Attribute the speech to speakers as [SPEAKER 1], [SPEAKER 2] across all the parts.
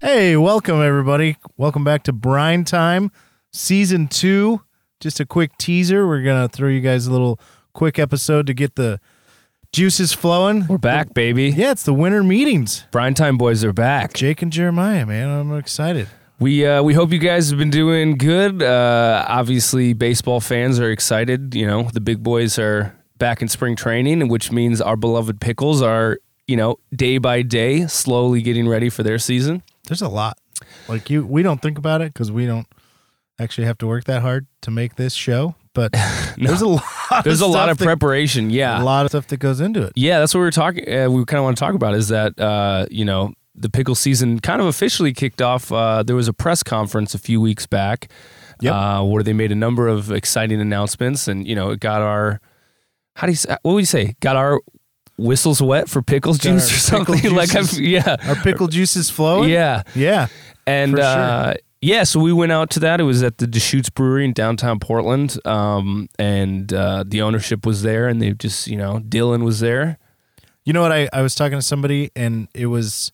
[SPEAKER 1] Hey, welcome everybody. Welcome back to Brine Time, season two. Just a quick teaser. We're gonna throw you guys a little quick episode to get the juices flowing.
[SPEAKER 2] We're back, baby.
[SPEAKER 1] Yeah, it's the winter meetings.
[SPEAKER 2] Brine Time Boys are back.
[SPEAKER 1] Jake and Jeremiah, man, I'm excited.
[SPEAKER 2] We uh, we hope you guys have been doing good. Uh, obviously, baseball fans are excited. You know, the big boys are back in spring training, which means our beloved Pickles are, you know, day by day, slowly getting ready for their season.
[SPEAKER 1] There's a lot. Like you, we don't think about it because we don't actually have to work that hard to make this show. But there's a lot. of
[SPEAKER 2] There's a lot
[SPEAKER 1] stuff
[SPEAKER 2] of
[SPEAKER 1] that-
[SPEAKER 2] preparation. Yeah.
[SPEAKER 1] A lot of stuff that goes into it.
[SPEAKER 2] Yeah, that's what we were talking. Uh, we kind of want to talk about is that uh, you know the pickle season kind of officially kicked off. Uh, there was a press conference a few weeks back,
[SPEAKER 1] Yep.
[SPEAKER 2] uh, where they made a number of exciting announcements, and you know it got our how do you say, what would you say got our whistles wet for pickle
[SPEAKER 1] our
[SPEAKER 2] juice or
[SPEAKER 1] pickle
[SPEAKER 2] something like I've,
[SPEAKER 1] juices. Uh,
[SPEAKER 2] yeah
[SPEAKER 1] Our pickle juice is flowing.
[SPEAKER 2] yeah
[SPEAKER 1] Yeah.
[SPEAKER 2] and
[SPEAKER 1] For sure.
[SPEAKER 2] uh, yeah, so we went out to that. It was at the Deschutes Brewery in downtown Portland, um, and uh, the ownership was there, and they just you know Dylan was there.
[SPEAKER 1] You know what? I, I was talking to somebody and it was.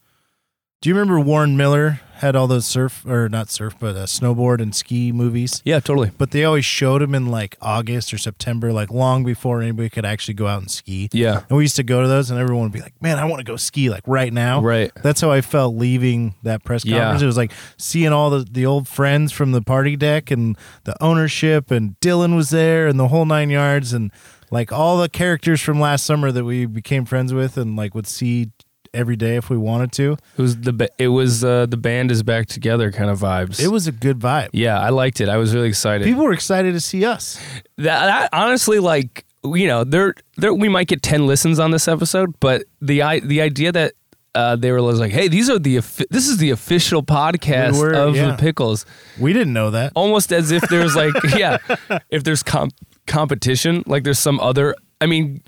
[SPEAKER 1] Do you remember Warren Miller had all those surf or not surf, but uh, snowboard and ski movies?
[SPEAKER 2] Yeah, totally.
[SPEAKER 1] But they always showed him in like August or September, like long before anybody could actually go out and ski.
[SPEAKER 2] Yeah.
[SPEAKER 1] And we used to go to those, and everyone would be like, "Man, I want to go ski like right now."
[SPEAKER 2] Right.
[SPEAKER 1] That's how I felt leaving that press
[SPEAKER 2] Yeah.
[SPEAKER 1] conference. It was like seeing all the the old friends from the party deck and the ownership, and Dylan was there, and the whole nine yards, and like all the characters from last summer that we became friends with, and like would see every day if we wanted to.
[SPEAKER 2] It was the ba- it was uh, the band is back together kind of vibes.
[SPEAKER 1] It was a good vibe.
[SPEAKER 2] yeah, I liked it. I was really excited.
[SPEAKER 1] People were excited to see us.
[SPEAKER 2] that, that- honestly like you know there there we might get ten listens on this episode, but the i the idea that uh, they were like, hey, these are the offi- this is the official podcast
[SPEAKER 1] We were,
[SPEAKER 2] of
[SPEAKER 1] yeah.
[SPEAKER 2] the pickles,
[SPEAKER 1] We didn't know that.
[SPEAKER 2] almost as if there's like yeah, if there's comp- competition, like there's some other. I mean.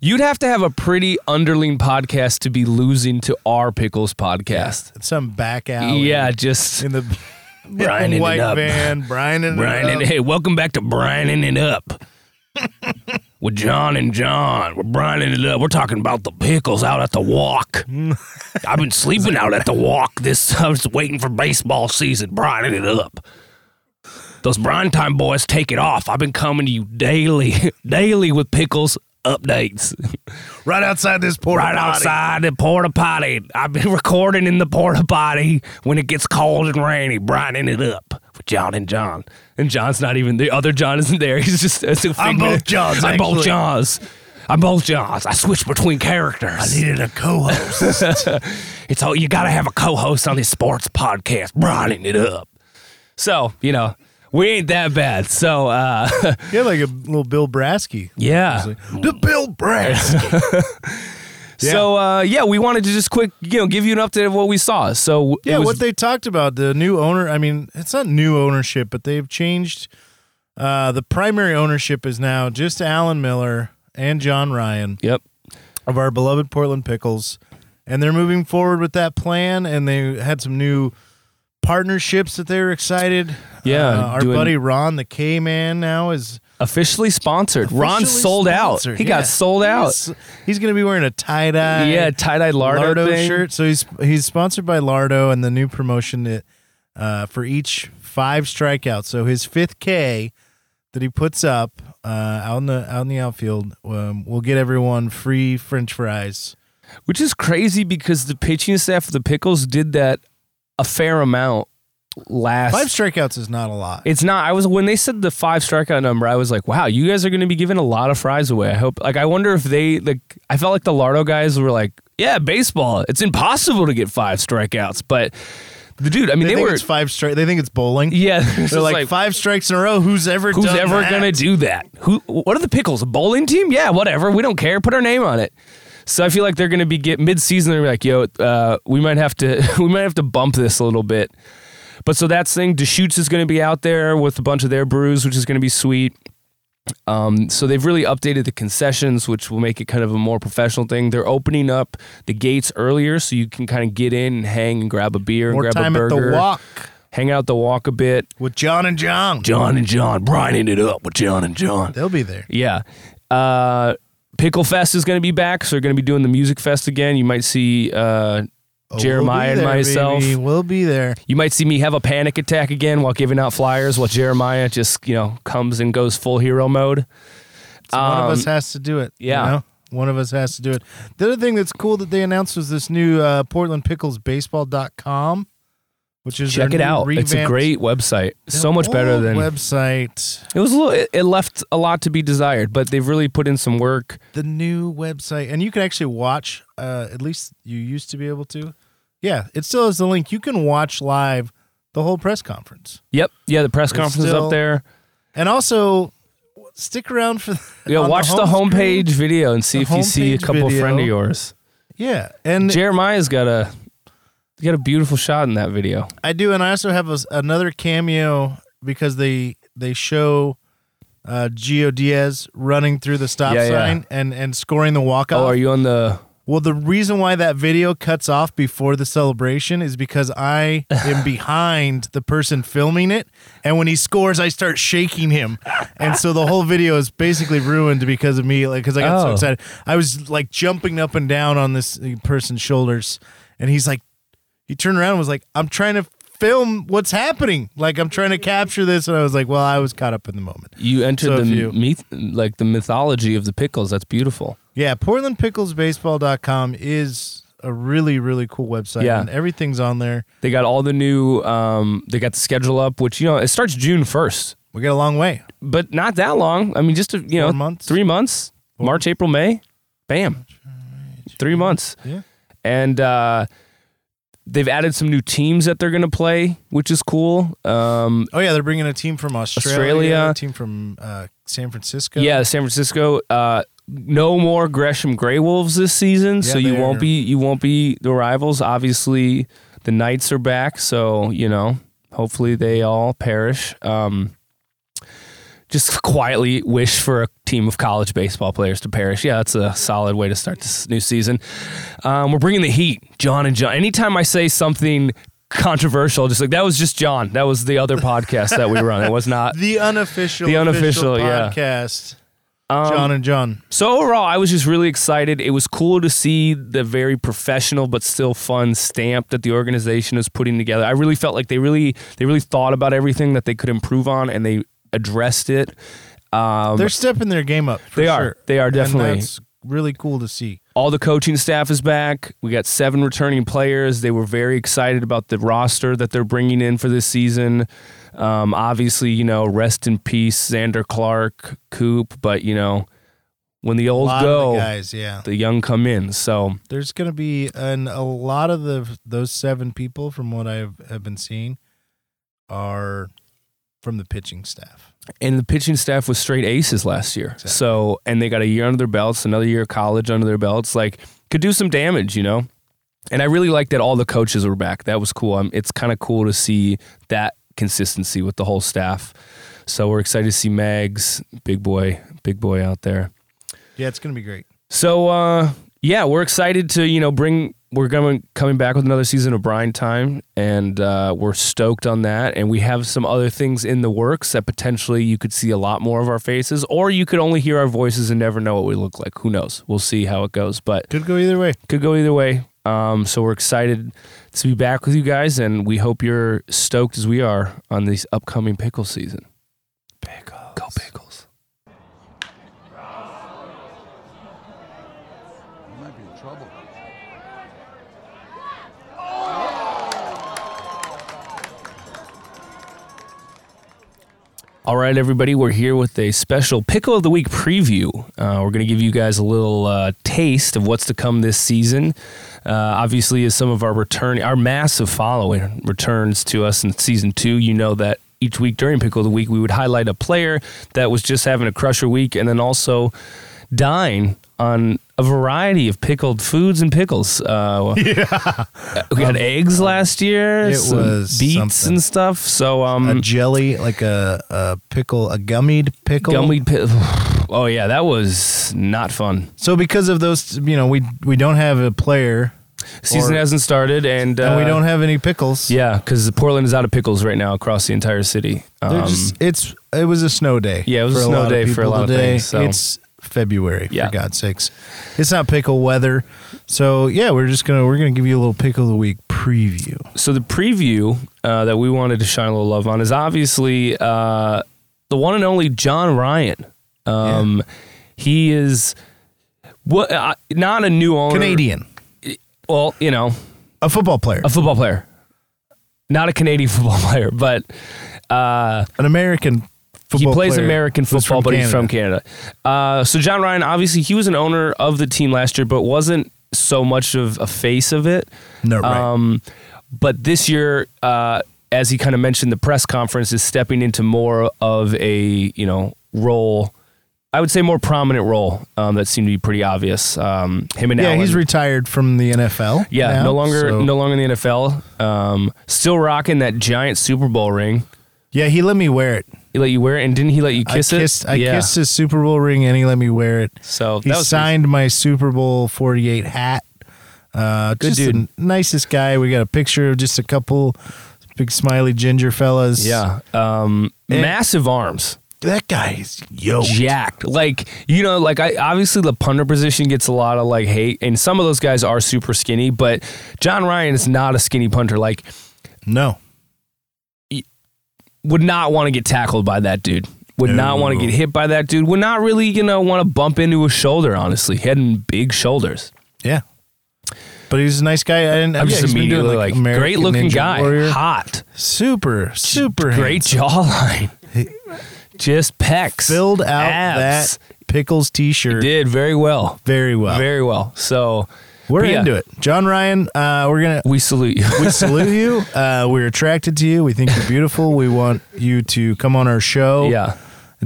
[SPEAKER 2] You'd have to have a pretty underling podcast to be losing to our Pickles podcast.
[SPEAKER 1] Some back alley.
[SPEAKER 2] Yeah, just
[SPEAKER 1] In the
[SPEAKER 2] Brining it
[SPEAKER 1] white
[SPEAKER 2] up.
[SPEAKER 1] van, Brian and
[SPEAKER 2] Brining, hey, welcome back to Brining It Up with John and John. We're brining it up. We're talking about the pickles out at the walk. I've been sleeping out at the walk. This I was waiting for baseball season. Brining it up. Those brine time boys take it off. I've been coming to you daily, daily with pickles updates.
[SPEAKER 1] right outside this porta
[SPEAKER 2] Right
[SPEAKER 1] potty.
[SPEAKER 2] outside the porta potty. I've been recording in the porta potty when it gets cold and rainy, brining it up with John and John. And John's not even the other John isn't there. He's just it's a
[SPEAKER 1] I'm
[SPEAKER 2] figment.
[SPEAKER 1] both Johns,
[SPEAKER 2] I'm
[SPEAKER 1] actually.
[SPEAKER 2] both Johns. I'm both Johns. I switch between characters.
[SPEAKER 1] needed a co-host.
[SPEAKER 2] it's all you gotta have a co-host on this sports podcast, brining it up. So you know we ain't that bad. So uh,
[SPEAKER 1] yeah, like a little Bill Brasky.
[SPEAKER 2] yeah.
[SPEAKER 1] The Bill Brasky.
[SPEAKER 2] So uh, yeah, we wanted to just quick you know give you an update of what we saw. So it
[SPEAKER 1] yeah,
[SPEAKER 2] was-
[SPEAKER 1] what they talked about the new owner. I mean, it's not new ownership, but they've changed. Uh, the primary ownership is now just Alan Miller and John Ryan
[SPEAKER 2] Yep.
[SPEAKER 1] of our beloved Portland Pickles, and they're moving forward with that plan. And they had some new partnerships that they were excited.
[SPEAKER 2] Yeah,
[SPEAKER 1] Uh, our
[SPEAKER 2] doing-
[SPEAKER 1] buddy Ron, the K man, now is
[SPEAKER 2] Officially sponsored. Ron
[SPEAKER 1] officially
[SPEAKER 2] sold
[SPEAKER 1] sponsored.
[SPEAKER 2] out. He
[SPEAKER 1] Yeah.
[SPEAKER 2] got sold out.
[SPEAKER 1] He's, he's going to be wearing a tie dye.
[SPEAKER 2] yeah, tie dye Lardo,
[SPEAKER 1] Lardo
[SPEAKER 2] thing.
[SPEAKER 1] shirt. So he's he's sponsored by Lardo and the new promotion that uh, for each five strikeouts. So his fifth K that he puts up uh, out in the out in the outfield um, will get everyone free French fries.
[SPEAKER 2] Which is crazy because the pitching staff of the Pickles did that a fair amount last.
[SPEAKER 1] Five strikeouts is not a lot.
[SPEAKER 2] it's not. I was when they said the five strikeout number, I was like, "Wow, you guys are going to be giving a lot of fries away." I hope. Like, I wonder if they like. I felt like the Lardo guys were like, "Yeah, baseball. It's impossible to get five strikeouts." But the dude, I mean,
[SPEAKER 1] They,
[SPEAKER 2] they,
[SPEAKER 1] think
[SPEAKER 2] were.
[SPEAKER 1] it's five strike. They think it's bowling.
[SPEAKER 2] yeah, it's
[SPEAKER 1] They're
[SPEAKER 2] just
[SPEAKER 1] like, five strikes in a row. Who's ever
[SPEAKER 2] Who's
[SPEAKER 1] done
[SPEAKER 2] ever
[SPEAKER 1] that?"
[SPEAKER 2] gonna do that? Who? What are the pickles? A bowling team? Yeah, whatever. We don't care. Put our name on it. So I feel like they're gonna be get mid season. They're like, yo, uh, we might have to we might have to bump this a little bit. But so that's thing. Deschutes is gonna be out there with a bunch of their brews, which is gonna be sweet. Um, so they've really updated the concessions, which will make it kind of a more professional thing. They're opening up the gates earlier, so you can kind of get in and hang and grab a beer
[SPEAKER 1] more
[SPEAKER 2] and grab
[SPEAKER 1] time
[SPEAKER 2] a
[SPEAKER 1] at
[SPEAKER 2] burger,
[SPEAKER 1] the walk
[SPEAKER 2] hang out the walk a bit.
[SPEAKER 1] with John and John?
[SPEAKER 2] John and John, brining it up with John and John.
[SPEAKER 1] They'll be there.
[SPEAKER 2] Yeah. Uh, Pickle Fest is going to be back, so they're going to be doing the music fest again. You might see uh,
[SPEAKER 1] Oh,
[SPEAKER 2] Jeremiah and
[SPEAKER 1] we'll be there,
[SPEAKER 2] myself.
[SPEAKER 1] baby. We'll be there.
[SPEAKER 2] You might see me have a panic attack again while giving out flyers, while Jeremiah just you know comes and goes full hero mode.
[SPEAKER 1] So one of
[SPEAKER 2] Um,
[SPEAKER 1] us has to do it. you
[SPEAKER 2] yeah.
[SPEAKER 1] know? One of us has to do it. The other thing that's cool that they announced was this new uh, Portland Pickles Baseball.com, which is
[SPEAKER 2] Check
[SPEAKER 1] their
[SPEAKER 2] it
[SPEAKER 1] new
[SPEAKER 2] out. It's a
[SPEAKER 1] revamped-
[SPEAKER 2] great website.
[SPEAKER 1] their
[SPEAKER 2] So much better
[SPEAKER 1] old
[SPEAKER 2] than
[SPEAKER 1] website.
[SPEAKER 2] it was. A little, it, it left a lot to be desired, but they've really put in some work.
[SPEAKER 1] The new website, and you can actually watch. Uh, at least you used to be able to. Yeah, it still has the link. You can watch live the whole press conference,
[SPEAKER 2] Yep. Yeah, the press conference is
[SPEAKER 1] still-
[SPEAKER 2] up there.
[SPEAKER 1] and also stick around for.
[SPEAKER 2] Yeah,
[SPEAKER 1] on
[SPEAKER 2] watch the,
[SPEAKER 1] home screen.
[SPEAKER 2] homepage video and see
[SPEAKER 1] The
[SPEAKER 2] if you see a
[SPEAKER 1] homepage
[SPEAKER 2] couple
[SPEAKER 1] video.
[SPEAKER 2] friend of yours.
[SPEAKER 1] Yeah, and
[SPEAKER 2] Jeremiah's got a he got a beautiful shot in that video.
[SPEAKER 1] I do, and I also have a, another cameo because they they show uh, Gio Diaz running through the stop
[SPEAKER 2] Yeah, yeah.
[SPEAKER 1] sign and and scoring the walk
[SPEAKER 2] Oh,
[SPEAKER 1] off.
[SPEAKER 2] are you on the?
[SPEAKER 1] well, the reason why that video cuts off before the celebration is because I am behind the person filming it, and when he scores, I start shaking him, and so the whole video is basically ruined because of me. Like, because I got so
[SPEAKER 2] Oh.
[SPEAKER 1] excited, I was like jumping up and down on this uh, person's shoulders, and he's like he turned around and was like, I'm trying to film what's happening. Like, I'm trying to capture this. And I was like, well, I was caught up in the moment.
[SPEAKER 2] You entered
[SPEAKER 1] So
[SPEAKER 2] the
[SPEAKER 1] if you-
[SPEAKER 2] myth, like the mythology of the pickles. That's beautiful.
[SPEAKER 1] Yeah, PortlandPicklesBaseball.com is a really, really cool website.
[SPEAKER 2] Yeah.
[SPEAKER 1] And everything's on there.
[SPEAKER 2] They got all the new. Um, they got the schedule up, which you know it starts June first,
[SPEAKER 1] We got a long way.
[SPEAKER 2] but not that long. I mean, just a, you
[SPEAKER 1] Four
[SPEAKER 2] know,
[SPEAKER 1] months.
[SPEAKER 2] three months, March, April, May, bam, three months.
[SPEAKER 1] Yeah.
[SPEAKER 2] and uh, they've added some new teams that they're gonna play, which is cool. Um,
[SPEAKER 1] Oh, yeah. They're bringing a team from Australia,
[SPEAKER 2] Australia.
[SPEAKER 1] a team from uh, San Francisco.
[SPEAKER 2] Yeah, San Francisco. Uh, no more Gresham Grey Wolves this season, so you
[SPEAKER 1] they're-
[SPEAKER 2] won't be you won't be the rivals. Obviously, the Knights are back, so you know. Hopefully, they all perish. Um, just quietly wish for a team of college baseball players to perish. Yeah, that's a solid way to start this new season. Um, we're bringing the heat, John and John. Anytime I say something controversial, just like that was just John. That was the other podcast that we run. It was not.
[SPEAKER 1] The unofficial,
[SPEAKER 2] The
[SPEAKER 1] official
[SPEAKER 2] unofficial, yeah. Um,
[SPEAKER 1] podcast. John and John.
[SPEAKER 2] So overall, I was just really excited. It was cool to see the very professional but still fun stamp that the organization is putting together. I really felt like they really they really thought about everything that they could improve on and they addressed it. Um,
[SPEAKER 1] They're stepping their game up. For
[SPEAKER 2] they are
[SPEAKER 1] sure.
[SPEAKER 2] they are
[SPEAKER 1] And
[SPEAKER 2] definitely
[SPEAKER 1] that's really cool to see.
[SPEAKER 2] all the coaching staff is back. We got seven returning players. They were very excited about the roster that they're bringing in for this season. Um, obviously, you know, rest in peace, Xander Clark, Coop. But you know, when the
[SPEAKER 1] A
[SPEAKER 2] old
[SPEAKER 1] lot
[SPEAKER 2] go,
[SPEAKER 1] of the guys, yeah.
[SPEAKER 2] the young come in. So
[SPEAKER 1] There's going to be an a lot of the those seven people from what I've have been seeing are from the pitching staff.
[SPEAKER 2] and the pitching staff was straight aces last year.
[SPEAKER 1] Exactly.
[SPEAKER 2] So and they got a year under their belts, another year of college under their belts. Like could do some damage, you know. And I really liked that all the coaches were back. That was cool. Um, it's kind of cool to see that consistency with the whole staff. So we're excited to see Mags, big boy, big boy out there.
[SPEAKER 1] Yeah, it's going to be great.
[SPEAKER 2] So uh, yeah, we're excited to you know bring we're going coming back with another season of Brine Time, and uh, we're stoked on that. And we have some other things in the works that potentially you could see a lot more of our faces, or you could only hear our voices and never know what we look like. Who knows? We'll see how it goes, but
[SPEAKER 1] Could go either way.
[SPEAKER 2] could go either way. Um, so we're excited to be back with you guys, and we hope you're stoked as we are on this upcoming pickle season. Pickles, go pickles.
[SPEAKER 3] You might be in trouble.
[SPEAKER 2] All right, everybody, we're here with a special Pickle of the Week preview. Uh, we're going to give you guys a little uh, taste of what's to come this season. Uh, obviously, as some of our return, our massive following returns to us in season two, you know that each week during Pickle of the Week, we would highlight a player that was just having a crusher week and then also dine on a variety of pickled foods and pickles. Uh, yeah. We had eggs last year,
[SPEAKER 1] Um, it
[SPEAKER 2] some
[SPEAKER 1] was
[SPEAKER 2] beets
[SPEAKER 1] something.
[SPEAKER 2] and stuff. So, um,
[SPEAKER 1] a jelly, like a, a pickle, a gummied pickle.
[SPEAKER 2] Gumweed pit. Oh yeah, that was not fun.
[SPEAKER 1] So because of those, you know, we we don't have a player,
[SPEAKER 2] Season
[SPEAKER 1] Or-
[SPEAKER 2] hasn't started, and, uh,
[SPEAKER 1] and we don't have any pickles.
[SPEAKER 2] Yeah, because Portland is out of pickles right now across the entire city.
[SPEAKER 1] They're
[SPEAKER 2] Um,
[SPEAKER 1] just, it's it was a snow day.
[SPEAKER 2] Yeah, it was
[SPEAKER 1] for
[SPEAKER 2] a snow
[SPEAKER 1] lot of
[SPEAKER 2] day for a
[SPEAKER 1] people
[SPEAKER 2] lot of
[SPEAKER 1] today.
[SPEAKER 2] things, so-
[SPEAKER 1] It's February,
[SPEAKER 2] Yeah.
[SPEAKER 1] for God's sakes. It's not pickle weather. So yeah, we're just gonna we're gonna give you a little pickle of the week preview.
[SPEAKER 2] so the preview uh, that we wanted to shine a little love on is obviously uh, the one and only John Ryan. Um, He is what uh, not a new owner.
[SPEAKER 1] Canadian.
[SPEAKER 2] Well, you know,
[SPEAKER 1] A football player.
[SPEAKER 2] a football player, not a Canadian football player, but uh,
[SPEAKER 1] an American
[SPEAKER 2] he
[SPEAKER 1] football
[SPEAKER 2] plays
[SPEAKER 1] player
[SPEAKER 2] American
[SPEAKER 1] who's
[SPEAKER 2] football,
[SPEAKER 1] from
[SPEAKER 2] but he's from Canada. Uh, so John Ryan, obviously, he was an owner of the team last year, but wasn't so much of a face of it.
[SPEAKER 1] No, right.
[SPEAKER 2] Um, but this year, uh, as he kind of mentioned, the press conference is stepping into more of a you know role. I would say more prominent role um, that seemed to be pretty obvious. Um, him and
[SPEAKER 1] yeah,
[SPEAKER 2] Allen.
[SPEAKER 1] he's retired from the NFL.
[SPEAKER 2] yeah,
[SPEAKER 1] now,
[SPEAKER 2] no longer
[SPEAKER 1] so-
[SPEAKER 2] no longer in the NFL. Um, still rocking that giant Super Bowl ring.
[SPEAKER 1] Yeah, he let me wear it.
[SPEAKER 2] He let you wear it, and didn't he let you kiss
[SPEAKER 1] I
[SPEAKER 2] it?
[SPEAKER 1] kissed I
[SPEAKER 2] yeah.
[SPEAKER 1] kissed his Super Bowl ring and he let me wear it.
[SPEAKER 2] So
[SPEAKER 1] He
[SPEAKER 2] that was
[SPEAKER 1] signed my Super Bowl 48 hat. Uh,
[SPEAKER 2] Good
[SPEAKER 1] just the
[SPEAKER 2] dude.
[SPEAKER 1] nicest guy. We got a picture of just a couple big smiley ginger fellas.
[SPEAKER 2] Yeah. Um,
[SPEAKER 1] And- Oh,
[SPEAKER 2] massive arms.
[SPEAKER 1] That guy's yo.
[SPEAKER 2] Jacked. Like, you know, like I obviously the punter position gets a lot of like hate, and some of those guys are super skinny, but John Ryan is not a skinny punter. Like,
[SPEAKER 1] No.
[SPEAKER 2] would not want to get tackled by that dude. Would not
[SPEAKER 1] No.
[SPEAKER 2] want to get hit by that dude. Would not really, you know, want to bump into his shoulder, honestly. He had big shoulders.
[SPEAKER 1] Yeah. But he's a nice guy. And,
[SPEAKER 2] I'm
[SPEAKER 1] Oh, yeah,
[SPEAKER 2] just
[SPEAKER 1] he's been doing,
[SPEAKER 2] immediately like,
[SPEAKER 1] American
[SPEAKER 2] great looking
[SPEAKER 1] Ninja
[SPEAKER 2] guy.
[SPEAKER 1] Warrior.
[SPEAKER 2] Hot.
[SPEAKER 1] Super, super
[SPEAKER 2] Great
[SPEAKER 1] handsome.
[SPEAKER 2] jawline. Just pecs.
[SPEAKER 1] Filled out
[SPEAKER 2] abs.
[SPEAKER 1] that pickles t shirt
[SPEAKER 2] Did very well.
[SPEAKER 1] very well.
[SPEAKER 2] Very well. So
[SPEAKER 1] we're
[SPEAKER 2] but yeah.
[SPEAKER 1] into it. John Ryan, uh, we're going to
[SPEAKER 2] We salute you.
[SPEAKER 1] we salute you. Uh, we're attracted to you. We think you're beautiful. We want you to come on our show.
[SPEAKER 2] yeah.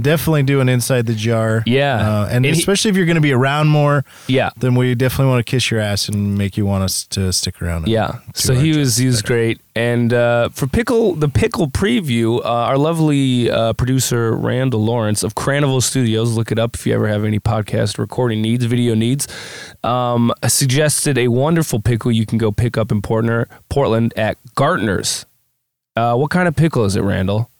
[SPEAKER 1] Definitely do an inside the jar.
[SPEAKER 2] Yeah.
[SPEAKER 1] Uh, and,
[SPEAKER 2] And he-
[SPEAKER 1] especially if you're going to be around more,
[SPEAKER 2] Yeah.
[SPEAKER 1] then we definitely want to kiss your ass and make you want us to stick around. and
[SPEAKER 2] Yeah.
[SPEAKER 1] do
[SPEAKER 2] So
[SPEAKER 1] our
[SPEAKER 2] he
[SPEAKER 1] job.
[SPEAKER 2] was he was great. And uh, for pickle the pickle preview, uh, our lovely uh, producer Randall Lawrence of Cranival Studios, look it up if you ever have any podcast recording needs, video needs, um, suggested a wonderful pickle you can go pick up in Portner, Portland at Gartner's. Uh, what kind of pickle is it, Randall?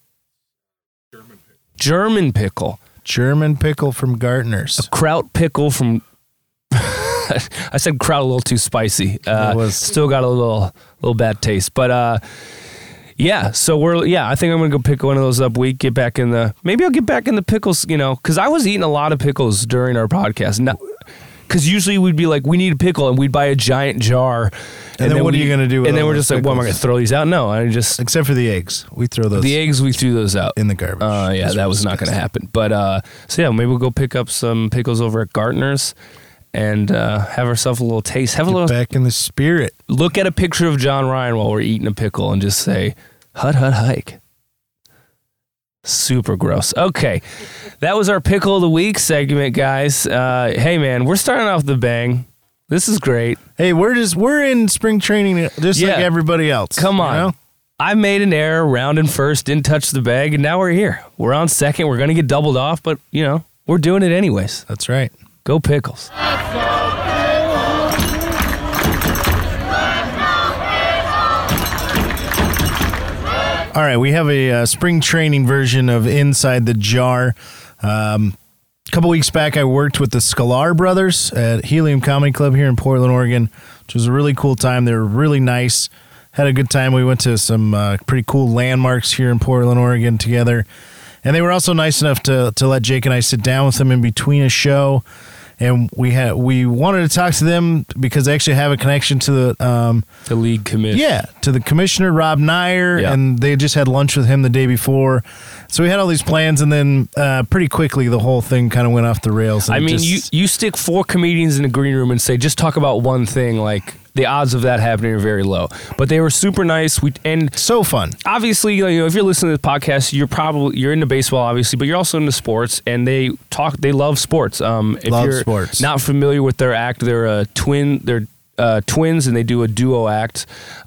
[SPEAKER 2] German pickle.
[SPEAKER 1] German pickle from Gartner's.
[SPEAKER 2] Kraut pickle from. I said kraut a little too spicy. Uh,
[SPEAKER 1] It was-
[SPEAKER 2] still got a little little bad taste, but uh, yeah. So we're yeah. I think I'm gonna go pick one of those up. Week get back in the maybe I'll get back in the pickles. You know, because I was eating a lot of pickles during our podcast. Not because usually we'd be like, we need a pickle, and we'd buy a giant jar.
[SPEAKER 1] And then what are you gonna do with
[SPEAKER 2] and then
[SPEAKER 1] all
[SPEAKER 2] we're
[SPEAKER 1] those
[SPEAKER 2] just like, well, am I gonna
[SPEAKER 1] pickles?
[SPEAKER 2] throw these out? No, I just
[SPEAKER 1] Except for the eggs. We throw those
[SPEAKER 2] the eggs. We threw those out.
[SPEAKER 1] in the garbage.
[SPEAKER 2] Uh, yeah, that was not going to happen. But uh, so yeah, maybe we'll go pick up some pickles over at Gartner's and uh, have ourselves a little taste. Have a little
[SPEAKER 1] Back in the spirit.
[SPEAKER 2] look at a picture of John Ryan while we're eating a pickle and just say, "Hut hut hike." Super gross. Okay, that was our pickle of the week segment, guys. Uh, hey man, we're starting off the bang. This is great.
[SPEAKER 1] Hey, we're just we're in spring training just like
[SPEAKER 2] Yeah.
[SPEAKER 1] everybody else.
[SPEAKER 2] Come
[SPEAKER 1] you
[SPEAKER 2] on.
[SPEAKER 1] know?
[SPEAKER 2] I made an error rounding first, didn't touch the bag, and now we're here. We're on second. We're going to get doubled off, but you know, we're doing it anyways.
[SPEAKER 1] That's right.
[SPEAKER 2] Go Pickles.
[SPEAKER 1] All right, we have a uh, spring training version of Inside the Jar. Um, a couple weeks back, I worked with the Scalar brothers at Helium Comedy Club here in Portland, Oregon, which was a really cool time. They were really nice. Had a good time. We went to some uh, pretty cool landmarks here in Portland, Oregon together. And they were also nice enough to, to let Jake and I sit down with them in between a show. And we had we wanted to talk to them because they actually have a connection to the um,
[SPEAKER 2] The league committee.
[SPEAKER 1] yeah, to the commissioner Rob Nyer,
[SPEAKER 2] Yeah.
[SPEAKER 1] and they just had lunch with him the day before. So we had all these plans, and then uh, pretty quickly the whole thing kind of went off the rails. and
[SPEAKER 2] I
[SPEAKER 1] it
[SPEAKER 2] mean,
[SPEAKER 1] just-
[SPEAKER 2] you you stick four comedians in a green room and say just talk about one thing, like the odds of that happening are very low. But they were super nice. We and
[SPEAKER 1] so fun.
[SPEAKER 2] obviously, you know, if you're listening to the podcast, you're probably you're into baseball, obviously, but you're also into sports, and they talk. They love sports. Um, if
[SPEAKER 1] Love
[SPEAKER 2] you're
[SPEAKER 1] sports.
[SPEAKER 2] Not familiar with their act, they're a twin. They're uh, twins, and they do a duo act.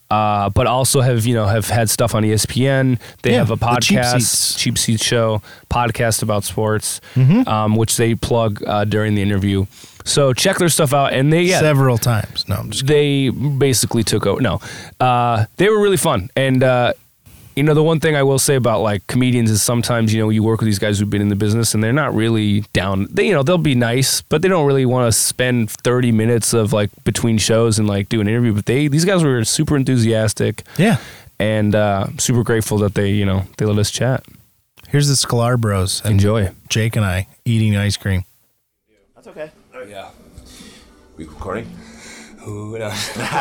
[SPEAKER 2] Uh, but also have you know have had stuff on E ESPN. They
[SPEAKER 1] Yeah,
[SPEAKER 2] have a
[SPEAKER 1] the Cheap
[SPEAKER 2] podcast,
[SPEAKER 1] Seats. Mm-hmm.
[SPEAKER 2] Cheap Seat Show podcast about sports, um, which they plug uh, during the interview. So check their stuff out, and they yeah
[SPEAKER 1] Several times. No, I'm just
[SPEAKER 2] they basically took over. No, uh, they were really fun, and uh, you know, the one thing I will say about like comedians is sometimes, you know, you work with these guys who've been in the business and they're not really down. They, you know, they'll be nice, but they don't really want to spend 30 minutes of like between shows and like do an interview. But they, these guys were super enthusiastic
[SPEAKER 1] Yeah.
[SPEAKER 2] and uh, super grateful that they, you know, they let us chat.
[SPEAKER 1] Here's the Sklar Bros and
[SPEAKER 2] Enjoy.
[SPEAKER 1] Jake and I eating ice cream.
[SPEAKER 3] That's okay.
[SPEAKER 2] Yeah.
[SPEAKER 3] We recording?
[SPEAKER 2] Ooh,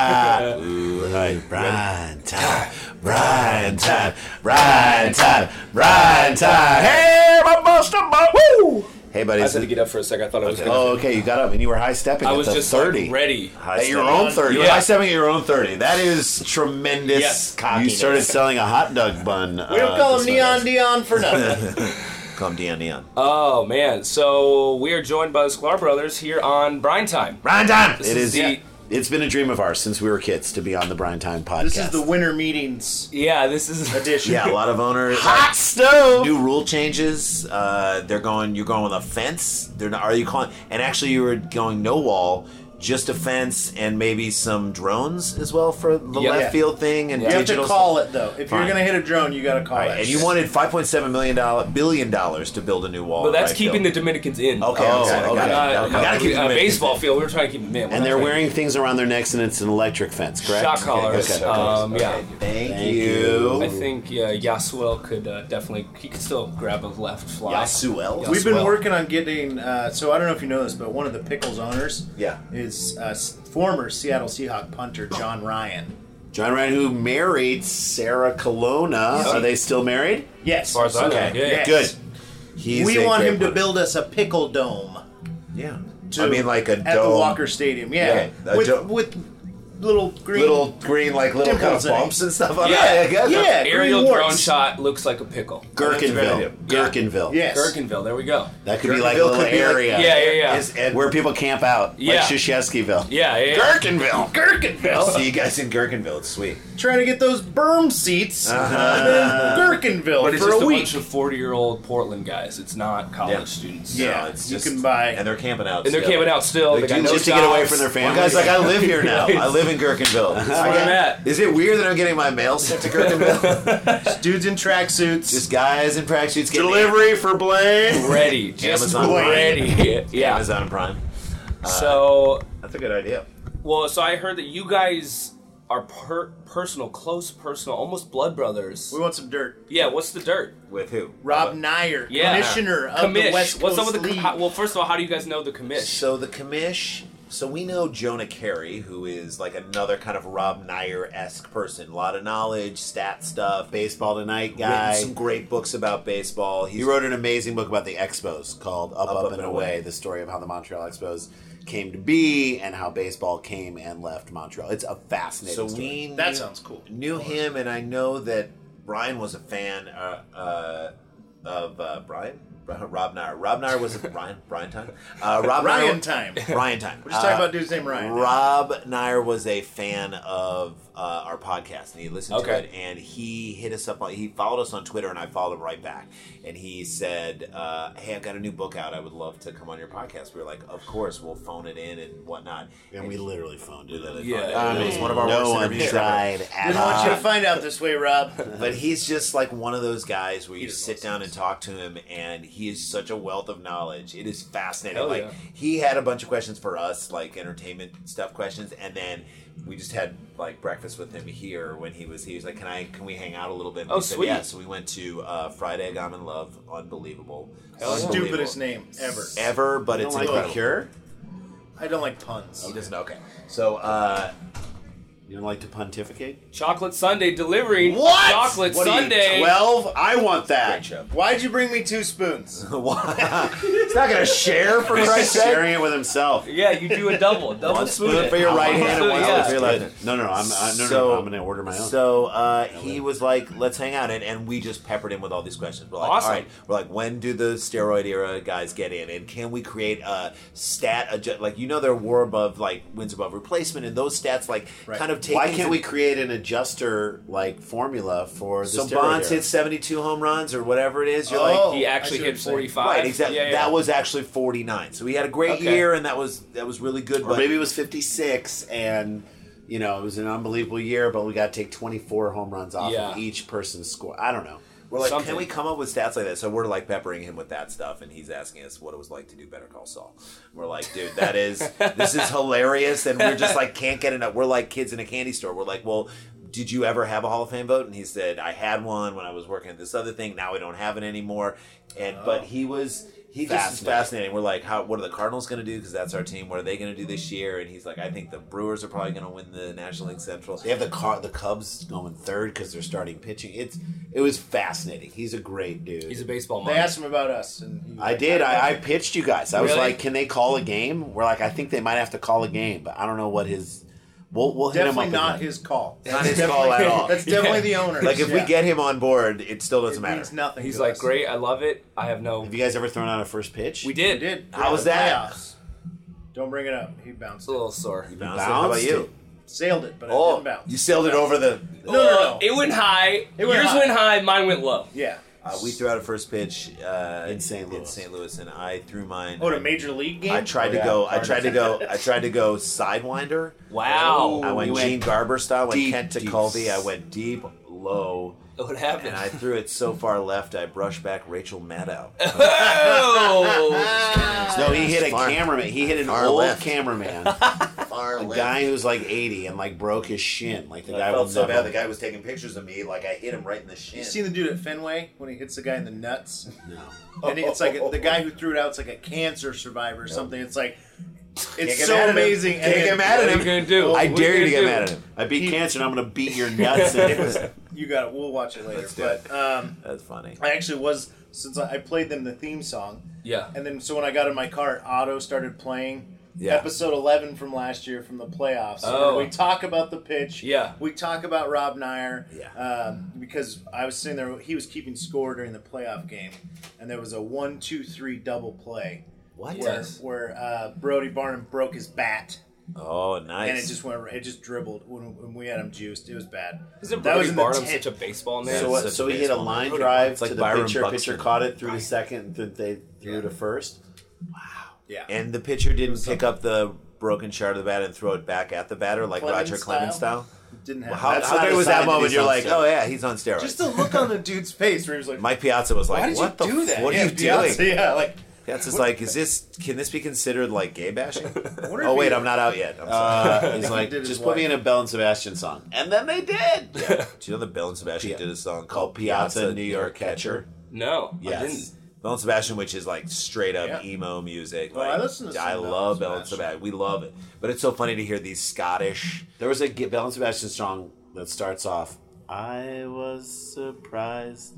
[SPEAKER 3] Right, Brian time, Brian time, Brian time, Brian time. Hey, my buster, my woo! Hey, buddy. it's-
[SPEAKER 2] get up for a sec. I thought I was
[SPEAKER 3] Oh, okay. You got up and you were high stepping.
[SPEAKER 2] I
[SPEAKER 3] at
[SPEAKER 2] Oh, was
[SPEAKER 3] the
[SPEAKER 2] just, like,
[SPEAKER 3] thirty,
[SPEAKER 2] ready.
[SPEAKER 3] High at your own thirty.
[SPEAKER 2] Yeah.
[SPEAKER 3] High stepping at your own thirty. That is tremendous.
[SPEAKER 2] Yes.
[SPEAKER 3] You started selling a hot dog bun. uh,
[SPEAKER 4] We don't call him Neon Dion for nothing.
[SPEAKER 3] Call him Neon Neon.
[SPEAKER 2] Oh man! So we are joined by the Sklar brothers here on Brine Time.
[SPEAKER 3] Brian time. It
[SPEAKER 2] is
[SPEAKER 3] is.
[SPEAKER 2] the-
[SPEAKER 3] It's been a dream of ours since we were kids to be on the Brian Time podcast.
[SPEAKER 4] this is the winter meetings
[SPEAKER 2] Yeah, this is
[SPEAKER 4] edition.
[SPEAKER 3] yeah, a lot of owners.
[SPEAKER 4] Hot stove.
[SPEAKER 3] new rule changes. Uh, they're going. You're going with a fence. They're not. Are you calling? And actually, you were going no wall, just a fence, and maybe some drones as well for the
[SPEAKER 2] Yeah.
[SPEAKER 3] left field thing and
[SPEAKER 2] You
[SPEAKER 4] You have
[SPEAKER 3] digital.
[SPEAKER 4] to call it though. If
[SPEAKER 3] Fine.
[SPEAKER 4] you're gonna hit a drone, you gotta call
[SPEAKER 3] Right,
[SPEAKER 4] it.
[SPEAKER 3] and you wanted 5.7 million dollar billion dollars to build a new wall.
[SPEAKER 2] But that's
[SPEAKER 3] right
[SPEAKER 2] keeping the
[SPEAKER 3] field.
[SPEAKER 2] Dominicans in.
[SPEAKER 3] Okay,
[SPEAKER 2] Uh,
[SPEAKER 3] okay,
[SPEAKER 2] so,
[SPEAKER 3] Oh, okay,
[SPEAKER 2] uh,
[SPEAKER 3] okay.
[SPEAKER 2] uh,
[SPEAKER 3] We gotta keep
[SPEAKER 2] uh,
[SPEAKER 3] the Dominicans
[SPEAKER 2] baseball field. We were trying to keep them in. We're
[SPEAKER 3] And
[SPEAKER 2] not
[SPEAKER 3] they're
[SPEAKER 2] trying-
[SPEAKER 3] wearing things around their necks, and it's an electric fence, correct?
[SPEAKER 2] shock
[SPEAKER 3] Okay,
[SPEAKER 2] collars.
[SPEAKER 3] okay, okay.
[SPEAKER 2] um, Yeah,
[SPEAKER 3] Thank,
[SPEAKER 2] I
[SPEAKER 3] you.
[SPEAKER 2] think yeah, Yasuel could uh, definitely. He could still grab a left fly.
[SPEAKER 3] Yasuel.
[SPEAKER 4] We've been
[SPEAKER 3] Yasuel.
[SPEAKER 4] working on getting. Uh, so I don't know if you know this, but one of the Pickles owners
[SPEAKER 3] Yeah.
[SPEAKER 4] is uh, s- former Seattle Seahawk punter John Ryan.
[SPEAKER 3] John Ryan, who married Sarah Colonna. Are they still married?
[SPEAKER 4] Yes.
[SPEAKER 2] far as I know, yeah.
[SPEAKER 4] Yes.
[SPEAKER 3] Good. He's
[SPEAKER 4] we
[SPEAKER 3] a
[SPEAKER 4] want
[SPEAKER 3] great
[SPEAKER 4] him to
[SPEAKER 3] one.
[SPEAKER 4] build us a pickle dome.
[SPEAKER 3] Yeah.
[SPEAKER 4] To,
[SPEAKER 3] I mean, like a
[SPEAKER 4] at
[SPEAKER 3] dome,
[SPEAKER 4] the Walker Stadium. Yeah.
[SPEAKER 3] Yeah, a
[SPEAKER 4] with,
[SPEAKER 3] dome.
[SPEAKER 4] with little green.
[SPEAKER 3] little green, like little kind of
[SPEAKER 4] Dimples in it.
[SPEAKER 3] bumps and stuff. On
[SPEAKER 2] Yeah,
[SPEAKER 3] it. I guess.
[SPEAKER 4] yeah.
[SPEAKER 2] Aerial
[SPEAKER 4] green
[SPEAKER 2] drone
[SPEAKER 4] warts.
[SPEAKER 2] shot looks like a pickle.
[SPEAKER 3] Gherkinville.
[SPEAKER 2] Yeah.
[SPEAKER 3] Oh, Gherkinville.
[SPEAKER 4] Yes.
[SPEAKER 2] Gherkinville. There we go.
[SPEAKER 3] That could be like a
[SPEAKER 4] Gherkinville
[SPEAKER 3] little
[SPEAKER 4] could be like-
[SPEAKER 3] area.
[SPEAKER 2] Yeah, yeah, yeah.
[SPEAKER 3] Is- and where people camp out,
[SPEAKER 2] Yeah.
[SPEAKER 3] like Sheshetskyville.
[SPEAKER 2] Yeah, yeah. yeah.
[SPEAKER 3] Gherkinville. Gherkinville. See you guys in Gherkinville. It's sweet.
[SPEAKER 4] Trying to get those berm seats
[SPEAKER 3] Uh-huh.
[SPEAKER 4] in Gherkinville
[SPEAKER 2] But it's
[SPEAKER 4] for
[SPEAKER 2] just
[SPEAKER 4] a
[SPEAKER 2] a
[SPEAKER 4] week.
[SPEAKER 2] bunch of forty-year-old Portland guys. It's not college
[SPEAKER 3] Yeah.
[SPEAKER 2] students.
[SPEAKER 4] Yeah.
[SPEAKER 3] No, it's
[SPEAKER 4] you
[SPEAKER 3] just,
[SPEAKER 4] can buy-
[SPEAKER 3] And they're camping out.
[SPEAKER 2] And they're
[SPEAKER 3] still.
[SPEAKER 2] camping out still. They
[SPEAKER 3] Like,
[SPEAKER 2] got no
[SPEAKER 3] just to get away
[SPEAKER 2] jobs.
[SPEAKER 3] from their family.
[SPEAKER 2] One
[SPEAKER 3] One guy's like, I live here now.
[SPEAKER 2] Yeah.
[SPEAKER 3] I live in Gherkinville. I
[SPEAKER 2] where I'm
[SPEAKER 3] got-
[SPEAKER 2] at.
[SPEAKER 3] Is it weird that I'm getting my mail sent to Gherkinville?
[SPEAKER 4] Dudes in tracksuits.
[SPEAKER 3] just guys in tracksuits getting
[SPEAKER 4] for Blaine.
[SPEAKER 2] ready, just
[SPEAKER 3] Amazon Prime.
[SPEAKER 2] ready. yeah.
[SPEAKER 3] Amazon Prime.
[SPEAKER 2] So
[SPEAKER 3] That's a good idea.
[SPEAKER 2] Well, so I heard that you guys are per- personal, close personal, almost blood brothers.
[SPEAKER 4] We want some dirt.
[SPEAKER 2] Yeah, what's the dirt?
[SPEAKER 3] With who?
[SPEAKER 4] Rob Nyer,
[SPEAKER 2] Yeah.
[SPEAKER 4] commissioner of the
[SPEAKER 2] Commish.
[SPEAKER 4] West Coast
[SPEAKER 2] what's up with the
[SPEAKER 4] League.
[SPEAKER 2] co- how- Well, first of all, how do you guys know the commish?
[SPEAKER 3] So the commish. So we know Jonah Carey, who is like another kind of Rob Nyer esque person. A lot of knowledge, stat stuff, baseball tonight guy. Written some great books about baseball. he wrote an amazing book about the Expos called Up, Up, and Away. The story of how the Montreal Expos came to be and how baseball came and left Montreal. It's a fascinating. So
[SPEAKER 4] story.
[SPEAKER 3] we
[SPEAKER 4] That
[SPEAKER 3] knew-
[SPEAKER 4] sounds cool.
[SPEAKER 3] Knew him, and I know that Brian was a fan uh, uh, of uh, Brian. Rob Nyer. Rob Nyer was a Brian. Brian time. Uh, Rob Nyer-
[SPEAKER 4] Ryan time.
[SPEAKER 3] Ryan time. Uh,
[SPEAKER 4] We're just talking about dude's name Ryan.
[SPEAKER 3] Rob Nyer was a fan of uh, our podcast, and he listened
[SPEAKER 2] Okay.
[SPEAKER 3] to it. And he hit us up. On, he followed us on Twitter, and I followed him right back. And he said, uh, "Hey, I've got a new book out. I would love to come on your podcast." We were like, "Of course, we'll phone it in and whatnot."
[SPEAKER 4] And we literally phoned it.
[SPEAKER 3] literally
[SPEAKER 2] Yeah.
[SPEAKER 3] phoned it. in. It was one of our
[SPEAKER 4] No
[SPEAKER 3] worst
[SPEAKER 4] one
[SPEAKER 3] interviews
[SPEAKER 4] tried
[SPEAKER 3] ever.
[SPEAKER 4] Didn't want you to find out this way, Rob.
[SPEAKER 3] But he's just like one of those guys where you
[SPEAKER 4] doesn't
[SPEAKER 3] sit
[SPEAKER 4] know
[SPEAKER 3] down and talk to him, and he is such a wealth of knowledge. It is fascinating.
[SPEAKER 2] Hell
[SPEAKER 3] like
[SPEAKER 2] yeah.
[SPEAKER 3] he had a bunch of questions for us, like entertainment stuff questions, and then we just had like breakfast with him here when he was. He was like, "Can I? Can we hang out a little bit?" And
[SPEAKER 2] Oh,
[SPEAKER 3] we said,
[SPEAKER 2] sweet.
[SPEAKER 3] Yeah. So we went to uh, Friday. I'm in love. Unbelievable.
[SPEAKER 2] Hell yeah.
[SPEAKER 3] Unbelievable.
[SPEAKER 4] Stupidest name ever.
[SPEAKER 3] ever, but it's
[SPEAKER 4] don't like
[SPEAKER 3] incredible.
[SPEAKER 4] cure? I don't like puns.
[SPEAKER 3] He doesn't. Okay. So uh, you don't like to pontificate?
[SPEAKER 2] Chocolate Sunday delivery.
[SPEAKER 4] What?
[SPEAKER 2] Chocolate
[SPEAKER 4] What are you,
[SPEAKER 2] Sunday.
[SPEAKER 4] Twelve. I want
[SPEAKER 3] Great
[SPEAKER 4] that.
[SPEAKER 3] show.
[SPEAKER 4] Why'd you bring me two spoons?
[SPEAKER 3] Why? He's not gonna share for Christ's sake.
[SPEAKER 4] sharing it with himself.
[SPEAKER 2] yeah, you do a double. Double
[SPEAKER 3] One
[SPEAKER 2] spoon.
[SPEAKER 3] spoon
[SPEAKER 2] it.
[SPEAKER 3] for your right
[SPEAKER 2] One
[SPEAKER 3] hand and
[SPEAKER 2] spoon,
[SPEAKER 3] one
[SPEAKER 2] yeah.
[SPEAKER 3] spoon for your left. hand.
[SPEAKER 4] No, no, no. I'm, I, no, no,
[SPEAKER 3] So-
[SPEAKER 4] I'm gonna order my own.
[SPEAKER 3] So uh, he was like, "Let's hang out," and, and we just peppered him with all these questions. We're like,
[SPEAKER 2] Awesome.
[SPEAKER 3] "All right," we're like, "When do the steroid era guys get in?" And can we create a stat adjust? Like you know, their WAR above, like wins above replacement, and those stats, like kind of take.
[SPEAKER 5] Why
[SPEAKER 3] things
[SPEAKER 5] can't
[SPEAKER 3] in-
[SPEAKER 5] we create an adjuster like formula for the
[SPEAKER 3] So
[SPEAKER 5] steroid
[SPEAKER 3] Bonds
[SPEAKER 5] era?
[SPEAKER 3] hit seventy-two home runs or whatever it is. You're
[SPEAKER 4] Oh,
[SPEAKER 3] like.
[SPEAKER 2] He
[SPEAKER 4] I see
[SPEAKER 2] actually
[SPEAKER 4] what
[SPEAKER 2] hit
[SPEAKER 4] you're saying.
[SPEAKER 2] 45.
[SPEAKER 3] Right, exactly.
[SPEAKER 2] Yeah, yeah.
[SPEAKER 3] That was actually forty nine. So he had a great
[SPEAKER 2] Okay.
[SPEAKER 3] year, and that was that was really good.
[SPEAKER 5] or
[SPEAKER 3] but
[SPEAKER 5] maybe it was fifty six and you know, it was an unbelievable year, but we got to take 24 home runs off
[SPEAKER 6] Yeah.
[SPEAKER 5] of each person's score. I don't know.
[SPEAKER 3] We're like,
[SPEAKER 6] Something.
[SPEAKER 3] can we come up with stats like that? So we're like peppering him with that stuff, and he's asking us what it was like to do Better Call Saul. We're like, dude, that is this is hilarious, and we're just like can't get enough. We're like kids in a candy store. We're like, well, did you ever have a Hall of Fame vote? And he said, I had one when I was working at this other thing. Now I don't have it anymore. And but he was. He just is fascinating. We're like, how? What are the Cardinals going to do? Because that's our team. What are they going to do this year? And he's like, I think the Brewers are probably going to win the National League Central.
[SPEAKER 5] They have the car, the Cubs going third because they're starting pitching. It's it was fascinating. He's a great dude.
[SPEAKER 6] He's a baseball
[SPEAKER 1] They
[SPEAKER 6] mind.
[SPEAKER 1] asked him about us, and he was
[SPEAKER 5] I
[SPEAKER 1] like,
[SPEAKER 5] did.
[SPEAKER 1] don't
[SPEAKER 5] I, I pitched you guys. I was
[SPEAKER 6] Really?
[SPEAKER 5] like, can they call a game? We're like, I think they might have to call a game, but I don't know what his. We'll, we'll hit him up.
[SPEAKER 1] Definitely not
[SPEAKER 5] again.
[SPEAKER 1] his call.
[SPEAKER 5] Not his call at all.
[SPEAKER 1] That's definitely the owner.
[SPEAKER 3] Like if we get him on board, it still doesn't
[SPEAKER 1] it
[SPEAKER 3] matter.
[SPEAKER 1] means nothing.
[SPEAKER 6] He's
[SPEAKER 1] to
[SPEAKER 6] like,
[SPEAKER 1] us.
[SPEAKER 6] great, I love it. I have no.
[SPEAKER 5] Have you guys ever thrown out a first pitch?
[SPEAKER 6] We did.
[SPEAKER 1] We did.
[SPEAKER 3] How was
[SPEAKER 1] The
[SPEAKER 3] that? Oh.
[SPEAKER 1] playoffs. Don't bring it up. He bounced.
[SPEAKER 6] It's a little sore.
[SPEAKER 3] Bounced it. How about
[SPEAKER 5] Bounced
[SPEAKER 3] you?
[SPEAKER 1] Sailed it, but it
[SPEAKER 6] Oh,
[SPEAKER 1] didn't bounce.
[SPEAKER 3] You "Oh, sailed it over the.
[SPEAKER 1] no, no, no.
[SPEAKER 6] Uh, It went high.
[SPEAKER 1] It went
[SPEAKER 6] Yours
[SPEAKER 1] high.
[SPEAKER 6] went high. Mine went low.
[SPEAKER 1] yeah.
[SPEAKER 3] Uh, we threw out a first pitch uh,
[SPEAKER 5] In St.
[SPEAKER 3] In
[SPEAKER 5] Louis.
[SPEAKER 3] St. Louis, and I threw mine.
[SPEAKER 1] Oh, at a major league game.
[SPEAKER 3] I tried to
[SPEAKER 5] Yeah,
[SPEAKER 3] go. I tried to go. I tried to go sidewinder.
[SPEAKER 6] Wow.
[SPEAKER 3] I went
[SPEAKER 5] You
[SPEAKER 3] Gene
[SPEAKER 5] went
[SPEAKER 3] Garber style. I went
[SPEAKER 5] deep,
[SPEAKER 3] Kent to
[SPEAKER 5] deep.
[SPEAKER 3] Culvey. I went deep, low,
[SPEAKER 6] What happened?
[SPEAKER 3] and I threw it so far left. I brushed back Rachel Maddow.
[SPEAKER 6] oh!
[SPEAKER 5] No, he hit a
[SPEAKER 3] Far-
[SPEAKER 5] cameraman. He hit an
[SPEAKER 3] far
[SPEAKER 5] old
[SPEAKER 3] left.
[SPEAKER 5] cameraman,
[SPEAKER 3] Far
[SPEAKER 5] a guy who was like 80 and like broke his shin. Like the guy
[SPEAKER 3] I felt
[SPEAKER 5] will
[SPEAKER 3] so
[SPEAKER 5] never-
[SPEAKER 3] bad. The guy was taking pictures of me. Like I hit him right in the shin.
[SPEAKER 1] You seen the dude at Fenway when he hits the guy in the nuts?
[SPEAKER 5] No.
[SPEAKER 1] And it's like the guy who threw it out. It's like a cancer survivor or something. It's like
[SPEAKER 3] Can't
[SPEAKER 1] it's
[SPEAKER 3] get
[SPEAKER 1] so
[SPEAKER 3] mad at him.
[SPEAKER 1] amazing. and
[SPEAKER 3] Can't
[SPEAKER 1] then
[SPEAKER 3] get mad
[SPEAKER 6] What
[SPEAKER 3] at
[SPEAKER 6] are
[SPEAKER 3] him.
[SPEAKER 6] you gonna do?
[SPEAKER 5] I
[SPEAKER 6] What are
[SPEAKER 5] dare you to
[SPEAKER 6] gonna
[SPEAKER 5] get
[SPEAKER 6] do?
[SPEAKER 5] mad at him. I beat cancer, and I'm gonna beat your nuts. in. It was-
[SPEAKER 1] You got it. We'll watch it later.
[SPEAKER 3] do
[SPEAKER 1] But um,
[SPEAKER 3] That's funny.
[SPEAKER 1] I actually was since I I played them the theme song.
[SPEAKER 6] Yeah.
[SPEAKER 1] And then so when I got in my car, Otto started playing
[SPEAKER 3] Yeah.
[SPEAKER 1] episode 11 from last year from the playoffs.
[SPEAKER 6] Oh.
[SPEAKER 1] We talk about the pitch.
[SPEAKER 6] Yeah.
[SPEAKER 1] We talk about Rob Nyer.
[SPEAKER 3] Yeah.
[SPEAKER 1] Um, because I was sitting there, he was keeping score during the playoff game, and there was a one, two, three double play
[SPEAKER 3] What?
[SPEAKER 1] where,
[SPEAKER 6] Yes.
[SPEAKER 1] where uh, Brody Barnum broke his bat.
[SPEAKER 3] Oh, nice.
[SPEAKER 1] And it just went. It just dribbled when, when we had him juiced. It was bad.
[SPEAKER 6] Isn't
[SPEAKER 1] That was
[SPEAKER 6] Brody
[SPEAKER 1] in the
[SPEAKER 6] Barnum
[SPEAKER 1] 10th.
[SPEAKER 6] such a baseball name?
[SPEAKER 5] so
[SPEAKER 3] That's
[SPEAKER 5] what,
[SPEAKER 3] such
[SPEAKER 5] so
[SPEAKER 3] a
[SPEAKER 5] he hit a
[SPEAKER 3] baseball
[SPEAKER 5] line
[SPEAKER 3] name.
[SPEAKER 5] drive
[SPEAKER 3] It's like
[SPEAKER 5] to the
[SPEAKER 3] Byron
[SPEAKER 5] pitcher.
[SPEAKER 3] Buxton.
[SPEAKER 5] Pitcher caught it through to second, and they threw to first.
[SPEAKER 1] Yeah.
[SPEAKER 3] And the pitcher didn't pick up the broken shard of the bat and throw it back at the batter like
[SPEAKER 1] Clemens
[SPEAKER 3] Roger Clemens
[SPEAKER 1] style?
[SPEAKER 3] style.
[SPEAKER 1] Didn't
[SPEAKER 3] Well,
[SPEAKER 1] happen.
[SPEAKER 3] how
[SPEAKER 5] That's
[SPEAKER 3] how
[SPEAKER 5] not
[SPEAKER 3] big
[SPEAKER 5] a
[SPEAKER 3] was
[SPEAKER 5] sign
[SPEAKER 3] that
[SPEAKER 5] that
[SPEAKER 3] moment?
[SPEAKER 5] he's
[SPEAKER 3] You're
[SPEAKER 5] on
[SPEAKER 3] like,
[SPEAKER 5] steroids.
[SPEAKER 3] oh yeah, he's on steroids.
[SPEAKER 1] Just the look on the dude's face where he was like,
[SPEAKER 3] Mike Piazza was
[SPEAKER 1] "Why
[SPEAKER 3] like,
[SPEAKER 1] did
[SPEAKER 3] what
[SPEAKER 1] you do
[SPEAKER 3] the?
[SPEAKER 1] that?
[SPEAKER 3] F- what
[SPEAKER 1] yeah,
[SPEAKER 3] are you
[SPEAKER 1] Beyonce,
[SPEAKER 3] doing?
[SPEAKER 1] Yeah, like
[SPEAKER 3] Piazza's like, is this? Can this be considered like gay bashing?
[SPEAKER 1] wonder
[SPEAKER 3] oh
[SPEAKER 1] if
[SPEAKER 3] wait,
[SPEAKER 1] he-
[SPEAKER 3] I'm not out yet. I'm sorry.
[SPEAKER 5] He's like,
[SPEAKER 1] did his
[SPEAKER 5] just put me
[SPEAKER 1] wife.
[SPEAKER 5] in a Bell and Sebastian song, and then they did.
[SPEAKER 3] do you know that Bill and Sebastian
[SPEAKER 5] Pia-
[SPEAKER 3] did a song called
[SPEAKER 5] Called Piazza, New York Catcher.
[SPEAKER 6] no, I didn't.
[SPEAKER 5] Yes.
[SPEAKER 3] Bell and Sebastian, which is like straight up
[SPEAKER 1] Yeah.
[SPEAKER 3] emo music.
[SPEAKER 1] Well, I
[SPEAKER 3] like,
[SPEAKER 1] listen to some
[SPEAKER 3] I
[SPEAKER 1] Bell and
[SPEAKER 3] love Bell and
[SPEAKER 1] Sebastian.
[SPEAKER 3] Sebastian. We love it, but it's so funny to hear these Scottish.
[SPEAKER 5] There was a G- Bell and Sebastian song that starts off. I was surprised.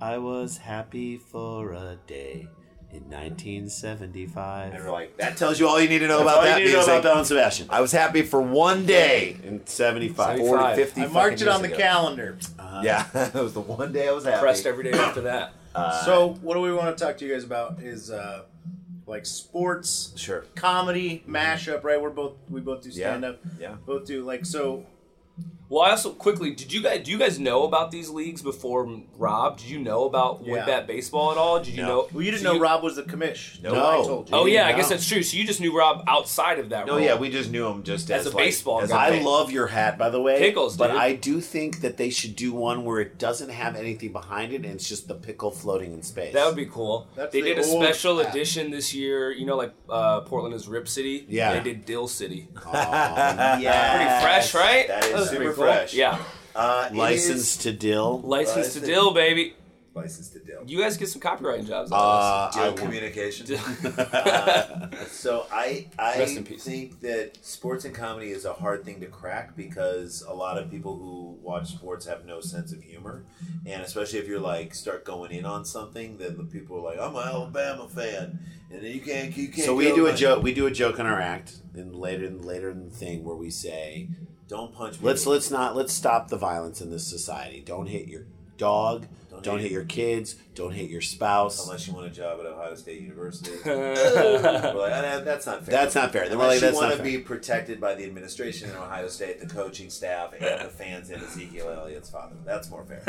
[SPEAKER 5] I was happy for a day in 1975.
[SPEAKER 3] They're like, that tells you all Oh, you need to know
[SPEAKER 5] That's
[SPEAKER 3] about
[SPEAKER 5] all you
[SPEAKER 3] that
[SPEAKER 5] need to know
[SPEAKER 3] music.
[SPEAKER 5] about Bell and Sebastian.
[SPEAKER 3] I was happy for one day.
[SPEAKER 5] In 75.
[SPEAKER 6] 75.
[SPEAKER 3] 40, 50
[SPEAKER 1] I marked
[SPEAKER 3] fucking
[SPEAKER 1] it on the
[SPEAKER 3] years ago.
[SPEAKER 1] calendar.
[SPEAKER 3] Yeah, that was the one day I was happy.
[SPEAKER 6] Pressed every day after that.
[SPEAKER 1] so what do we want to talk to you guys about? Is uh, like sports,
[SPEAKER 3] Sure.
[SPEAKER 1] comedy mashup, right? We're both we both do
[SPEAKER 3] Yeah,
[SPEAKER 1] stand up.
[SPEAKER 3] yeah.
[SPEAKER 1] both do like so.
[SPEAKER 6] Well, I also quickly did you guys do you guys know about these leagues before Rob? Did you know about
[SPEAKER 1] Yeah.
[SPEAKER 6] Wood Bat Baseball at all? Did you
[SPEAKER 3] No.
[SPEAKER 6] know?
[SPEAKER 1] Well, you didn't
[SPEAKER 6] so
[SPEAKER 1] know Rob was the commish.
[SPEAKER 3] No.
[SPEAKER 1] I told you.
[SPEAKER 6] Oh yeah, I
[SPEAKER 5] No.
[SPEAKER 6] guess that's true. So you just knew Rob outside of that.
[SPEAKER 3] No,
[SPEAKER 6] role.
[SPEAKER 3] yeah, we just knew him just as,
[SPEAKER 6] As a
[SPEAKER 3] like,
[SPEAKER 6] baseball
[SPEAKER 3] as
[SPEAKER 6] guy.
[SPEAKER 5] I love your hat, by the way.
[SPEAKER 6] Pickles,
[SPEAKER 5] But
[SPEAKER 6] dude.
[SPEAKER 5] I do think that they should do one where it doesn't have anything behind it and it's just the pickle floating in space.
[SPEAKER 6] That would be cool.
[SPEAKER 1] That's
[SPEAKER 6] they
[SPEAKER 1] the
[SPEAKER 6] did a
[SPEAKER 1] old
[SPEAKER 6] special
[SPEAKER 1] app.
[SPEAKER 6] edition this year. You know, like uh, Portland is Rip City.
[SPEAKER 5] Yeah.
[SPEAKER 6] They did Dill City.
[SPEAKER 5] Aw,
[SPEAKER 6] Pretty fresh, right?
[SPEAKER 3] That is
[SPEAKER 6] was
[SPEAKER 3] super
[SPEAKER 6] pretty cool.
[SPEAKER 3] fresh.
[SPEAKER 6] Yeah.
[SPEAKER 3] Uh, it
[SPEAKER 5] License to Dill.
[SPEAKER 6] License
[SPEAKER 3] License.
[SPEAKER 6] to Dill, baby.
[SPEAKER 3] is- license to deal.
[SPEAKER 6] You guys get some copywriting jobs. out
[SPEAKER 5] Uh, I
[SPEAKER 3] Deal
[SPEAKER 5] want-
[SPEAKER 3] communication.
[SPEAKER 6] of this.
[SPEAKER 3] so I I
[SPEAKER 6] Rest in peace.
[SPEAKER 3] think that sports and comedy is a hard thing to crack because a lot of people who watch sports have no sense of humor, and especially if you're like start going in on something, then the people are like, "I'm an Alabama fan," and then you can't you can't.
[SPEAKER 5] So we do a
[SPEAKER 3] joke.
[SPEAKER 5] joke. We do a joke in our act, and later, later in the thing where we say,
[SPEAKER 3] Don't punch. People.
[SPEAKER 5] "Let's let's not let's stop the violence in this society. Don't hit your dog. Don't,
[SPEAKER 3] hit-
[SPEAKER 5] hit your kids. Don't hit your spouse.
[SPEAKER 3] Unless you want a job at Ohio State University, we're like, "Ah, that's not fair.
[SPEAKER 5] That's not fair." Then we're
[SPEAKER 3] Unless you
[SPEAKER 5] like, "That's
[SPEAKER 3] want
[SPEAKER 5] not
[SPEAKER 3] to
[SPEAKER 5] fair."
[SPEAKER 3] be protected by the administration in Ohio State, the coaching staff, and the fans, and Ezekiel Elliott's father. That's more fair.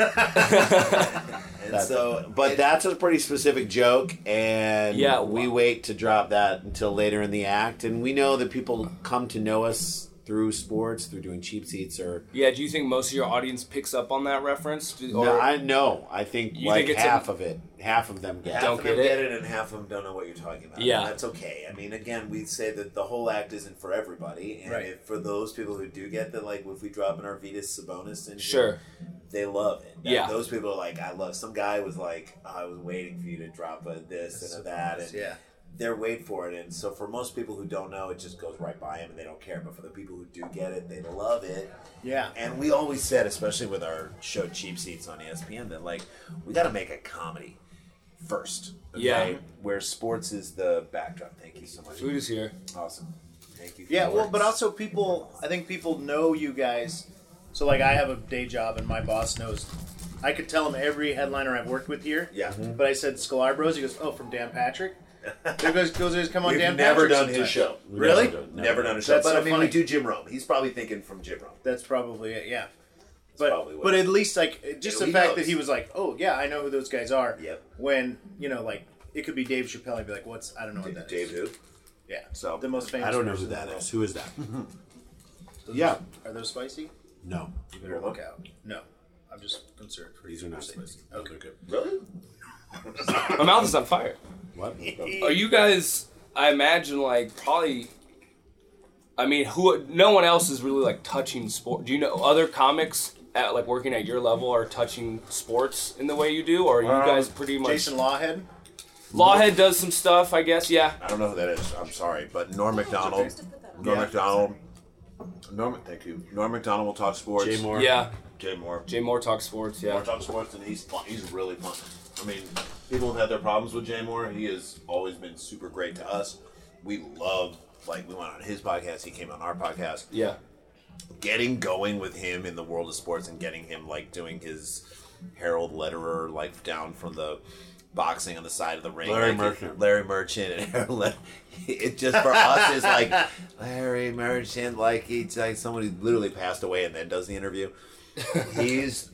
[SPEAKER 3] and
[SPEAKER 5] That's-
[SPEAKER 3] so,
[SPEAKER 5] but
[SPEAKER 3] it-
[SPEAKER 5] that's a pretty specific joke, and
[SPEAKER 6] Yeah,
[SPEAKER 5] we
[SPEAKER 6] wow.
[SPEAKER 5] wait to drop that until later in the act, and we know that people come to know us through sports, through doing cheap seats, or
[SPEAKER 2] Yeah, do you think most of your audience picks up on that reference? Do, or,
[SPEAKER 5] no, I know. I think
[SPEAKER 2] You
[SPEAKER 5] like
[SPEAKER 2] think it's
[SPEAKER 5] half
[SPEAKER 2] a-
[SPEAKER 5] of it, half of them get.
[SPEAKER 3] Half
[SPEAKER 5] it.
[SPEAKER 2] Don't
[SPEAKER 3] of them
[SPEAKER 2] get it.
[SPEAKER 3] get it, and half of them don't know what you're talking about.
[SPEAKER 2] Yeah.
[SPEAKER 3] and that's okay. I mean, again, we say that the whole act isn't for everybody, and
[SPEAKER 1] Right.
[SPEAKER 3] if, for those people who do get that, like if we drop in our Vetus Sabonis, and
[SPEAKER 2] sure.
[SPEAKER 3] they love it. That-
[SPEAKER 2] Yeah.
[SPEAKER 3] those people are like, I love. Some guy was like, I was waiting for you to drop a this and a that, and
[SPEAKER 1] Yeah.
[SPEAKER 3] they're waiting for it. And so for most people who don't know, it just goes right by them, and they don't care. But for the people who do get it, they love it.
[SPEAKER 1] Yeah.
[SPEAKER 3] And we always said, especially with our show Cheap Seats on E ESPN, that like we got to make a comedy first.
[SPEAKER 2] Yeah.
[SPEAKER 3] Where sports is the backdrop. Thank you so much.
[SPEAKER 2] Food is here.
[SPEAKER 3] Awesome. Thank you. for
[SPEAKER 1] Yeah,
[SPEAKER 3] the
[SPEAKER 1] well,
[SPEAKER 3] words.
[SPEAKER 1] but also people, I think people know you guys. So, like, I have a day job and my boss knows. I could tell him every headliner I've worked with here.
[SPEAKER 3] Yeah.
[SPEAKER 5] Mm-hmm.
[SPEAKER 1] But I said Scholar Bros. He goes, oh, from Dan Patrick? There goes, goes, goes come on,
[SPEAKER 3] We've
[SPEAKER 1] Dan
[SPEAKER 3] never
[SPEAKER 1] Patrick.
[SPEAKER 3] done his
[SPEAKER 1] sometime.
[SPEAKER 3] show.
[SPEAKER 5] We've
[SPEAKER 3] really?
[SPEAKER 5] never done- never
[SPEAKER 3] done a show.
[SPEAKER 1] That's
[SPEAKER 3] but
[SPEAKER 1] so
[SPEAKER 3] I mean,
[SPEAKER 1] funny.
[SPEAKER 3] we do Jim Rome. He's probably thinking from Jim Rome.
[SPEAKER 1] That's probably it, yeah.
[SPEAKER 3] probably
[SPEAKER 1] But,
[SPEAKER 3] what
[SPEAKER 1] but
[SPEAKER 3] it
[SPEAKER 1] at least, like, just
[SPEAKER 3] Yeah,
[SPEAKER 1] the
[SPEAKER 3] he
[SPEAKER 1] fact
[SPEAKER 3] knows.
[SPEAKER 1] that he was like, oh, yeah, I know who those guys are.
[SPEAKER 3] Yep.
[SPEAKER 1] When, you know, like, it could be Dave Chappelle. He'd be like, what's, I don't know what that
[SPEAKER 3] Dave
[SPEAKER 1] is.
[SPEAKER 3] who?
[SPEAKER 1] Yeah.
[SPEAKER 3] So-
[SPEAKER 1] the most famous.
[SPEAKER 5] I don't know
[SPEAKER 1] person in
[SPEAKER 5] who
[SPEAKER 1] the
[SPEAKER 5] that
[SPEAKER 1] world.
[SPEAKER 5] is. Who is that? yeah,
[SPEAKER 1] Are those spicy?
[SPEAKER 5] no,
[SPEAKER 1] Better look out. No. I'm just concerned for
[SPEAKER 5] these
[SPEAKER 1] you.
[SPEAKER 5] are not spicy.
[SPEAKER 1] Okay.
[SPEAKER 3] Really?
[SPEAKER 2] My mouth is on fire.
[SPEAKER 5] What?
[SPEAKER 2] Are you guys? I imagine like probably. I mean, who? No one else is really like touching sport. Do you know other comics at like working at your level are touching sports in the way you do, or are you
[SPEAKER 3] Um,
[SPEAKER 2] guys pretty much?
[SPEAKER 1] Jason Lawhead.
[SPEAKER 2] Lawhead does some stuff, I guess. Yeah.
[SPEAKER 3] I don't know who that is. I'm sorry, but Norm McDonald.
[SPEAKER 7] Just to put that on.
[SPEAKER 3] Norm McDonald. Norm, thank you. Norm McDonald will talk sports.
[SPEAKER 5] Jay Moore.
[SPEAKER 2] Yeah.
[SPEAKER 3] Jay Moore.
[SPEAKER 2] Jay Moore talks sports.
[SPEAKER 3] Moore
[SPEAKER 2] Yeah.
[SPEAKER 3] talks sports, and he's fun. He's really fun. I mean, people have had their problems with Jay Moore. He has always been super great to us. We love. Like we went on his podcast, he came on our podcast.
[SPEAKER 2] Yeah.
[SPEAKER 3] getting going with him in the world of sports and getting him like doing his Harold Letterer like down from the boxing on the side of the ring.
[SPEAKER 5] Larry
[SPEAKER 3] like,
[SPEAKER 5] Merchant.
[SPEAKER 3] Larry Merchant and Harold Let- It just for us is like Larry Merchant, like he's like someone who literally passed away and then does the interview. He's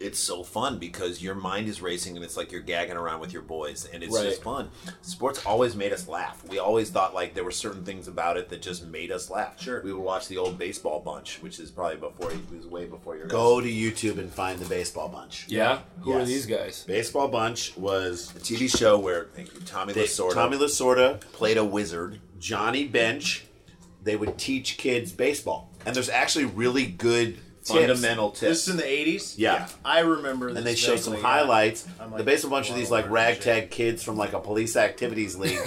[SPEAKER 3] it's so fun because your mind is racing and it's like you're gagging around with your boys and it's
[SPEAKER 2] Right.
[SPEAKER 3] just fun. Sports always made us laugh. We always thought like there were certain things about it that just made us laugh. Sure. We would watch the old baseball bunch, which is probably before it was way before your
[SPEAKER 5] Go to YouTube and find the Baseball Bunch.
[SPEAKER 2] Yeah. Who are
[SPEAKER 5] Yes.
[SPEAKER 2] these guys?
[SPEAKER 5] Baseball Bunch was
[SPEAKER 3] guys. The TV show where thank you, Tommy
[SPEAKER 5] they,
[SPEAKER 3] Lasorda
[SPEAKER 5] Tommy Lasorda,
[SPEAKER 3] played a wizard.
[SPEAKER 5] Johnny Bench. They would teach kids baseball, and there's actually really good fundamental tips.
[SPEAKER 1] This is in the 80s?
[SPEAKER 5] Yeah.
[SPEAKER 1] I remember this.
[SPEAKER 5] and they show some
[SPEAKER 1] vaguely, yeah.
[SPEAKER 5] highlights.
[SPEAKER 1] I'm
[SPEAKER 5] the
[SPEAKER 1] like,
[SPEAKER 5] baseball bunch of these like
[SPEAKER 1] well, we're in
[SPEAKER 5] ragtag kids from like a police activities league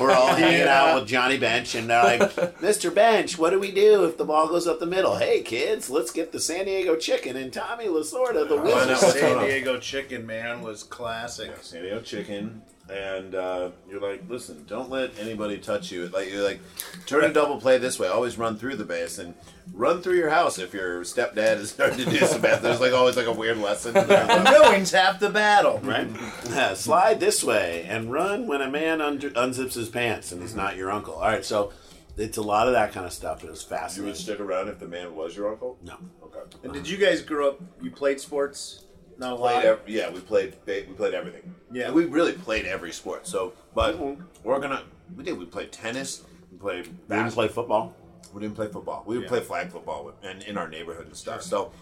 [SPEAKER 5] were all hanging out with Johnny Bench, and they're like, "Mr. Bench, what do we do if the ball goes up the middle? Hey kids, let's get the San Diego Chicken and Tommy Lasorda, the
[SPEAKER 3] I know.
[SPEAKER 5] wizard."
[SPEAKER 1] San Diego Chicken Man was classic.
[SPEAKER 3] San Diego chicken, and uh, you're like, listen, don't let anybody touch you. Like you're like, turn and double play this way. Always run through the base and run through your house if your stepdad is starting to do some bad. There's like always like a weird lesson.
[SPEAKER 1] Knowing's half the battle.
[SPEAKER 5] Right? Yeah, Uh, slide this way and run when a man under, unzips his pants and he's
[SPEAKER 3] Mm-hmm.
[SPEAKER 5] not your uncle. All right, so it's a lot of that kind of stuff. It was
[SPEAKER 3] you would
[SPEAKER 5] fascinating.
[SPEAKER 3] stick around if the man was your uncle.
[SPEAKER 5] No. Uh-huh.
[SPEAKER 3] Okay.
[SPEAKER 1] And did you guys grow up, you played sports? Not a lot.
[SPEAKER 3] Played ev- yeah, we played. ba- We played everything.
[SPEAKER 1] Yeah.
[SPEAKER 3] we really played every sport. So, but we're gonna. We did. We played tennis. We played
[SPEAKER 5] Mm-hmm. We didn't
[SPEAKER 3] basketball.
[SPEAKER 5] play football.
[SPEAKER 3] We didn't play football. We would
[SPEAKER 1] Yeah.
[SPEAKER 3] play flag football with- and in our neighborhood and stuff. So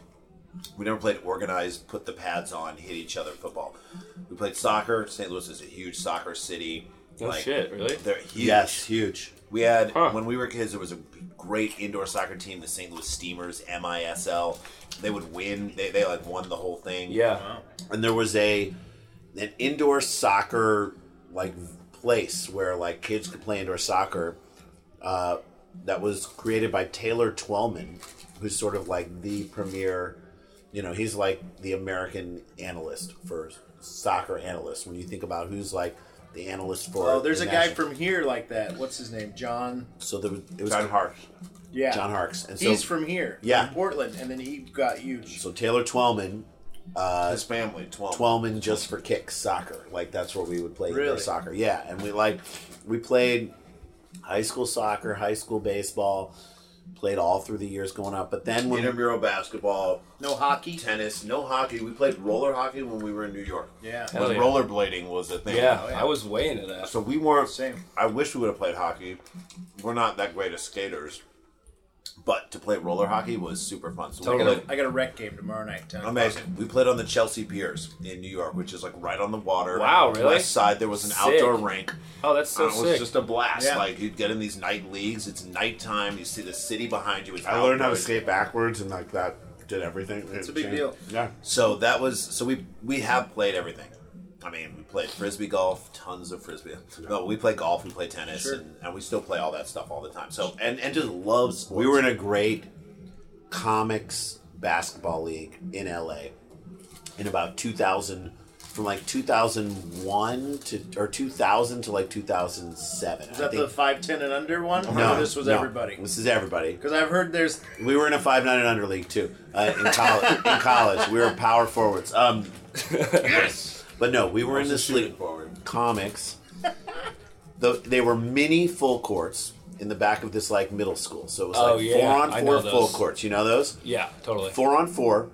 [SPEAKER 3] we never played organized, put the pads on, hit each other football. We played soccer. St. Louis is a huge soccer city.
[SPEAKER 2] Oh shit! Really?
[SPEAKER 3] They're huge.
[SPEAKER 5] Yes, huge.
[SPEAKER 3] We had
[SPEAKER 2] Huh.
[SPEAKER 3] when we were kids. There was a great indoor soccer team, the St. Louis Steamers (MISL). They would win. They, they like won the whole thing.
[SPEAKER 2] Yeah.
[SPEAKER 5] and there was a an indoor soccer like place where like kids could play indoor soccer uh, that was created by Taylor Twellman, who's sort of like the premier. You know, he's like the American analyst for soccer analysts. When you think about who's like the analyst for
[SPEAKER 1] Oh, there's
[SPEAKER 5] the
[SPEAKER 1] a guy
[SPEAKER 5] national-
[SPEAKER 1] from here like that. What's his name? John.
[SPEAKER 5] so there was, it was
[SPEAKER 3] John Hart.
[SPEAKER 1] Yeah.
[SPEAKER 5] John Harkes, and so
[SPEAKER 1] He's from here.
[SPEAKER 5] Yeah.
[SPEAKER 1] From Portland. And then he got huge.
[SPEAKER 5] so Taylor Twellman
[SPEAKER 3] His family. Twelve.
[SPEAKER 5] Twelman just for kicks soccer. Like that's where we would play indoor
[SPEAKER 1] Really?
[SPEAKER 5] soccer. Yeah, and we like we played high school soccer, high school baseball, played all through the years going up. But then when
[SPEAKER 3] Intramural basketball.
[SPEAKER 1] No hockey.
[SPEAKER 3] Tennis. No hockey. We played roller hockey when we were in New York.
[SPEAKER 1] Yeah.
[SPEAKER 2] Hell
[SPEAKER 3] when
[SPEAKER 2] yeah.
[SPEAKER 3] rollerblading was a thing.
[SPEAKER 2] Yeah. I was way into that.
[SPEAKER 3] So we weren't.
[SPEAKER 1] Same.
[SPEAKER 3] I wish we would have played hockey. We're not that great as skaters. But to play roller hockey was super fun. So
[SPEAKER 4] I
[SPEAKER 3] we
[SPEAKER 4] got,
[SPEAKER 3] played-
[SPEAKER 4] a, I got a rec game tomorrow night. 10 o'clock.
[SPEAKER 3] Amazing. We played on the Chelsea Piers in New York, which is like right on the water.
[SPEAKER 6] Wow,
[SPEAKER 3] On the
[SPEAKER 6] really?
[SPEAKER 3] West side, there was an
[SPEAKER 6] Sick.
[SPEAKER 3] outdoor rink.
[SPEAKER 6] Oh, that's so
[SPEAKER 3] and it was
[SPEAKER 6] sick.
[SPEAKER 3] just a blast.
[SPEAKER 4] Yeah.
[SPEAKER 3] Like you'd get in these night leagues. It's nighttime. You see the city behind you. It's
[SPEAKER 5] I learned how to
[SPEAKER 3] outdoors.
[SPEAKER 5] skate backwards and like that did everything. It's
[SPEAKER 4] a big deal.
[SPEAKER 5] Yeah.
[SPEAKER 3] So that was so we we have played everything. I mean, we played frisbee golf, tons of frisbee. No, we play golf, we play tennis, and, and we still play all that stuff all the time. So and and just love sports.
[SPEAKER 5] We were in a great comics basketball league in LA in about 2000 from like 2001 to or 2000 to like 2007.
[SPEAKER 4] Is that the five ten and under one?
[SPEAKER 5] no,
[SPEAKER 4] or this was
[SPEAKER 5] no.
[SPEAKER 4] everybody.
[SPEAKER 5] This is everybody.
[SPEAKER 4] Because I've heard there's
[SPEAKER 5] We were in a five nine and under league too uh, in college. in college, we were power forwards. Um, yes, but no, we were in this league. Comics. The, they were mini full courts in the back of this like middle school, so it was
[SPEAKER 6] Oh,
[SPEAKER 5] like
[SPEAKER 6] yeah,
[SPEAKER 5] four on
[SPEAKER 6] I
[SPEAKER 5] four
[SPEAKER 6] know
[SPEAKER 5] full
[SPEAKER 6] those.
[SPEAKER 5] courts. You know those
[SPEAKER 6] yeah, totally.
[SPEAKER 5] four on four.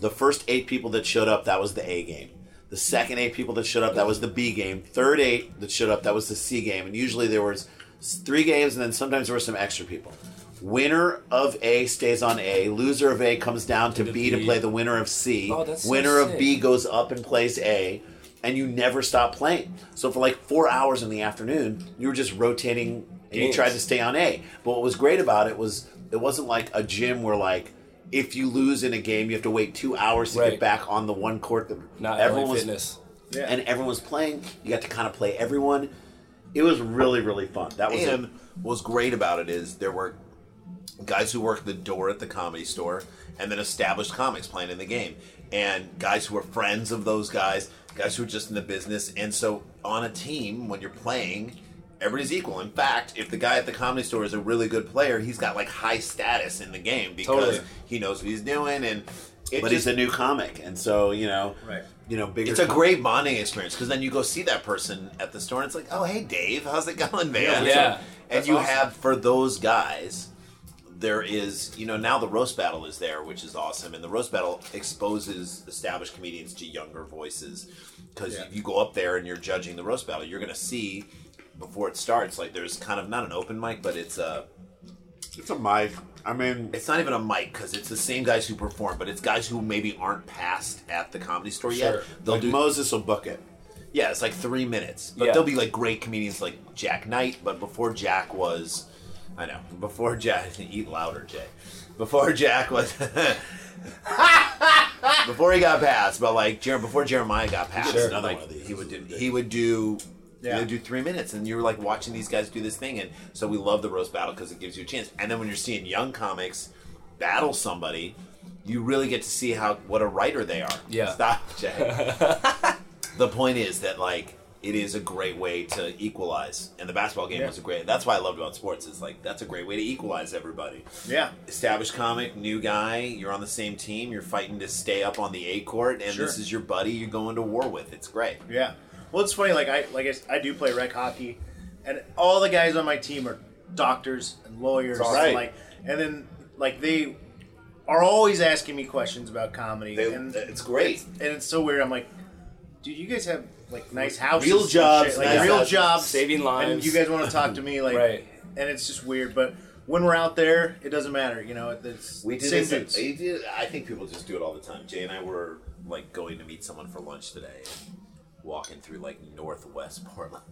[SPEAKER 5] The first eight people that showed up, that was the A game. The second eight people that showed up, that was the B game. Third eight that showed up, that was the C game. And usually there was s- three games, and then sometimes there were some extra people. Winner of A stays on A. Loser of A comes down to, B, to
[SPEAKER 6] B.
[SPEAKER 5] play the winner of C.
[SPEAKER 6] Oh, that's so
[SPEAKER 5] winner of
[SPEAKER 6] sick.
[SPEAKER 5] B goes up and plays A. And you never stop playing. So for like four hours in the afternoon, you were just rotating and you
[SPEAKER 6] Games.
[SPEAKER 5] tried to stay on A. But what was great about it was it wasn't like a gym where like if you lose in a game you have to wait two hours to get
[SPEAKER 6] Right.
[SPEAKER 5] back on the one court that
[SPEAKER 6] Not
[SPEAKER 5] everyone
[SPEAKER 6] every
[SPEAKER 5] was
[SPEAKER 6] fitness.
[SPEAKER 4] yeah.
[SPEAKER 5] and everyone was playing. You got to kind of play everyone. It was really really fun. That was
[SPEAKER 3] And what's great about it is there were guys who worked the door at the comedy store and then established comics playing in the game. And guys who were friends of those guys, guys who were just in the business. And so on a team, when you're playing, everybody's equal. In fact, if the guy at the comedy store is a really good player, he's got like high status in the game because
[SPEAKER 6] Totally.
[SPEAKER 3] he knows what he's doing and it
[SPEAKER 5] but
[SPEAKER 3] just,
[SPEAKER 5] he's a new comic, and so you know,
[SPEAKER 4] Right.
[SPEAKER 5] You know, bigger.
[SPEAKER 3] it's a
[SPEAKER 5] com-
[SPEAKER 3] great bonding experience because then you go see that person at the store and it's like, oh, hey, Dave, how's it going, man?
[SPEAKER 6] Yeah. Yeah.
[SPEAKER 3] And you have, for those guys, there is, you know, now the roast battle is there, which is awesome. And the roast battle exposes established comedians to younger voices because you go up there and you're judging the roast battle. You're going to see before it starts, like, there's kind of not an open mic, but it's a.
[SPEAKER 5] It's a mic. I mean,
[SPEAKER 3] It's not even a mic because it's the same guys who perform, but it's guys who maybe aren't passed at the comedy store
[SPEAKER 6] Sure.
[SPEAKER 3] yet. They'll
[SPEAKER 5] like
[SPEAKER 3] do
[SPEAKER 5] Moses will book it.
[SPEAKER 3] yeah, it's like three minutes. But
[SPEAKER 6] Yeah.
[SPEAKER 3] there'll be like great comedians like Jack Knight. But before Jack was, I know, before Jack, eat louder, Jay. Before Jack was, before he got passed, but like Jer- before Jeremiah got passed,
[SPEAKER 6] Sure.
[SPEAKER 3] another
[SPEAKER 5] Like,
[SPEAKER 3] one of these. He would do, he would do,
[SPEAKER 4] Yeah.
[SPEAKER 3] they would do three minutes, and you're like watching these guys do this thing, and so we love the roast battle because it gives you a chance. And then when you're seeing young comics battle somebody, you really get to see how what a writer they are.
[SPEAKER 6] Yeah.
[SPEAKER 3] stop, Jay the point is that like it is a great way to equalize and the basketball game was a great that's why i loved about sports is like that's a great way to equalize everybody
[SPEAKER 4] yeah.
[SPEAKER 3] established comic new guy you're on the same team you're fighting to stay up on the a court and
[SPEAKER 4] Sure.
[SPEAKER 3] this is your buddy you're going to war with it's great
[SPEAKER 4] Yeah. Well, it's funny. Like I, like I, s- I do play rec hockey, and all the guys on my team are doctors and lawyers.
[SPEAKER 5] That's right.
[SPEAKER 4] And like, and then like they are always asking me questions about comedy,
[SPEAKER 3] They-
[SPEAKER 4] and
[SPEAKER 3] it's great
[SPEAKER 4] and it's so weird. I'm like, dude, you guys have like nice houses,
[SPEAKER 5] Real
[SPEAKER 4] and shit,
[SPEAKER 5] jobs,
[SPEAKER 4] like
[SPEAKER 5] nice
[SPEAKER 4] real
[SPEAKER 5] houses,
[SPEAKER 4] jobs,
[SPEAKER 6] saving
[SPEAKER 4] and
[SPEAKER 6] lives.
[SPEAKER 4] you guys want to talk to me, like,
[SPEAKER 6] Right.
[SPEAKER 4] and it's just weird. But when we're out there, it doesn't matter. You know, it's
[SPEAKER 3] We do
[SPEAKER 4] same
[SPEAKER 3] this.
[SPEAKER 4] dudes.
[SPEAKER 3] we do- I think people just do it all the time. Jay and I were like going to meet someone for lunch today, and walking through like Northwest Portland,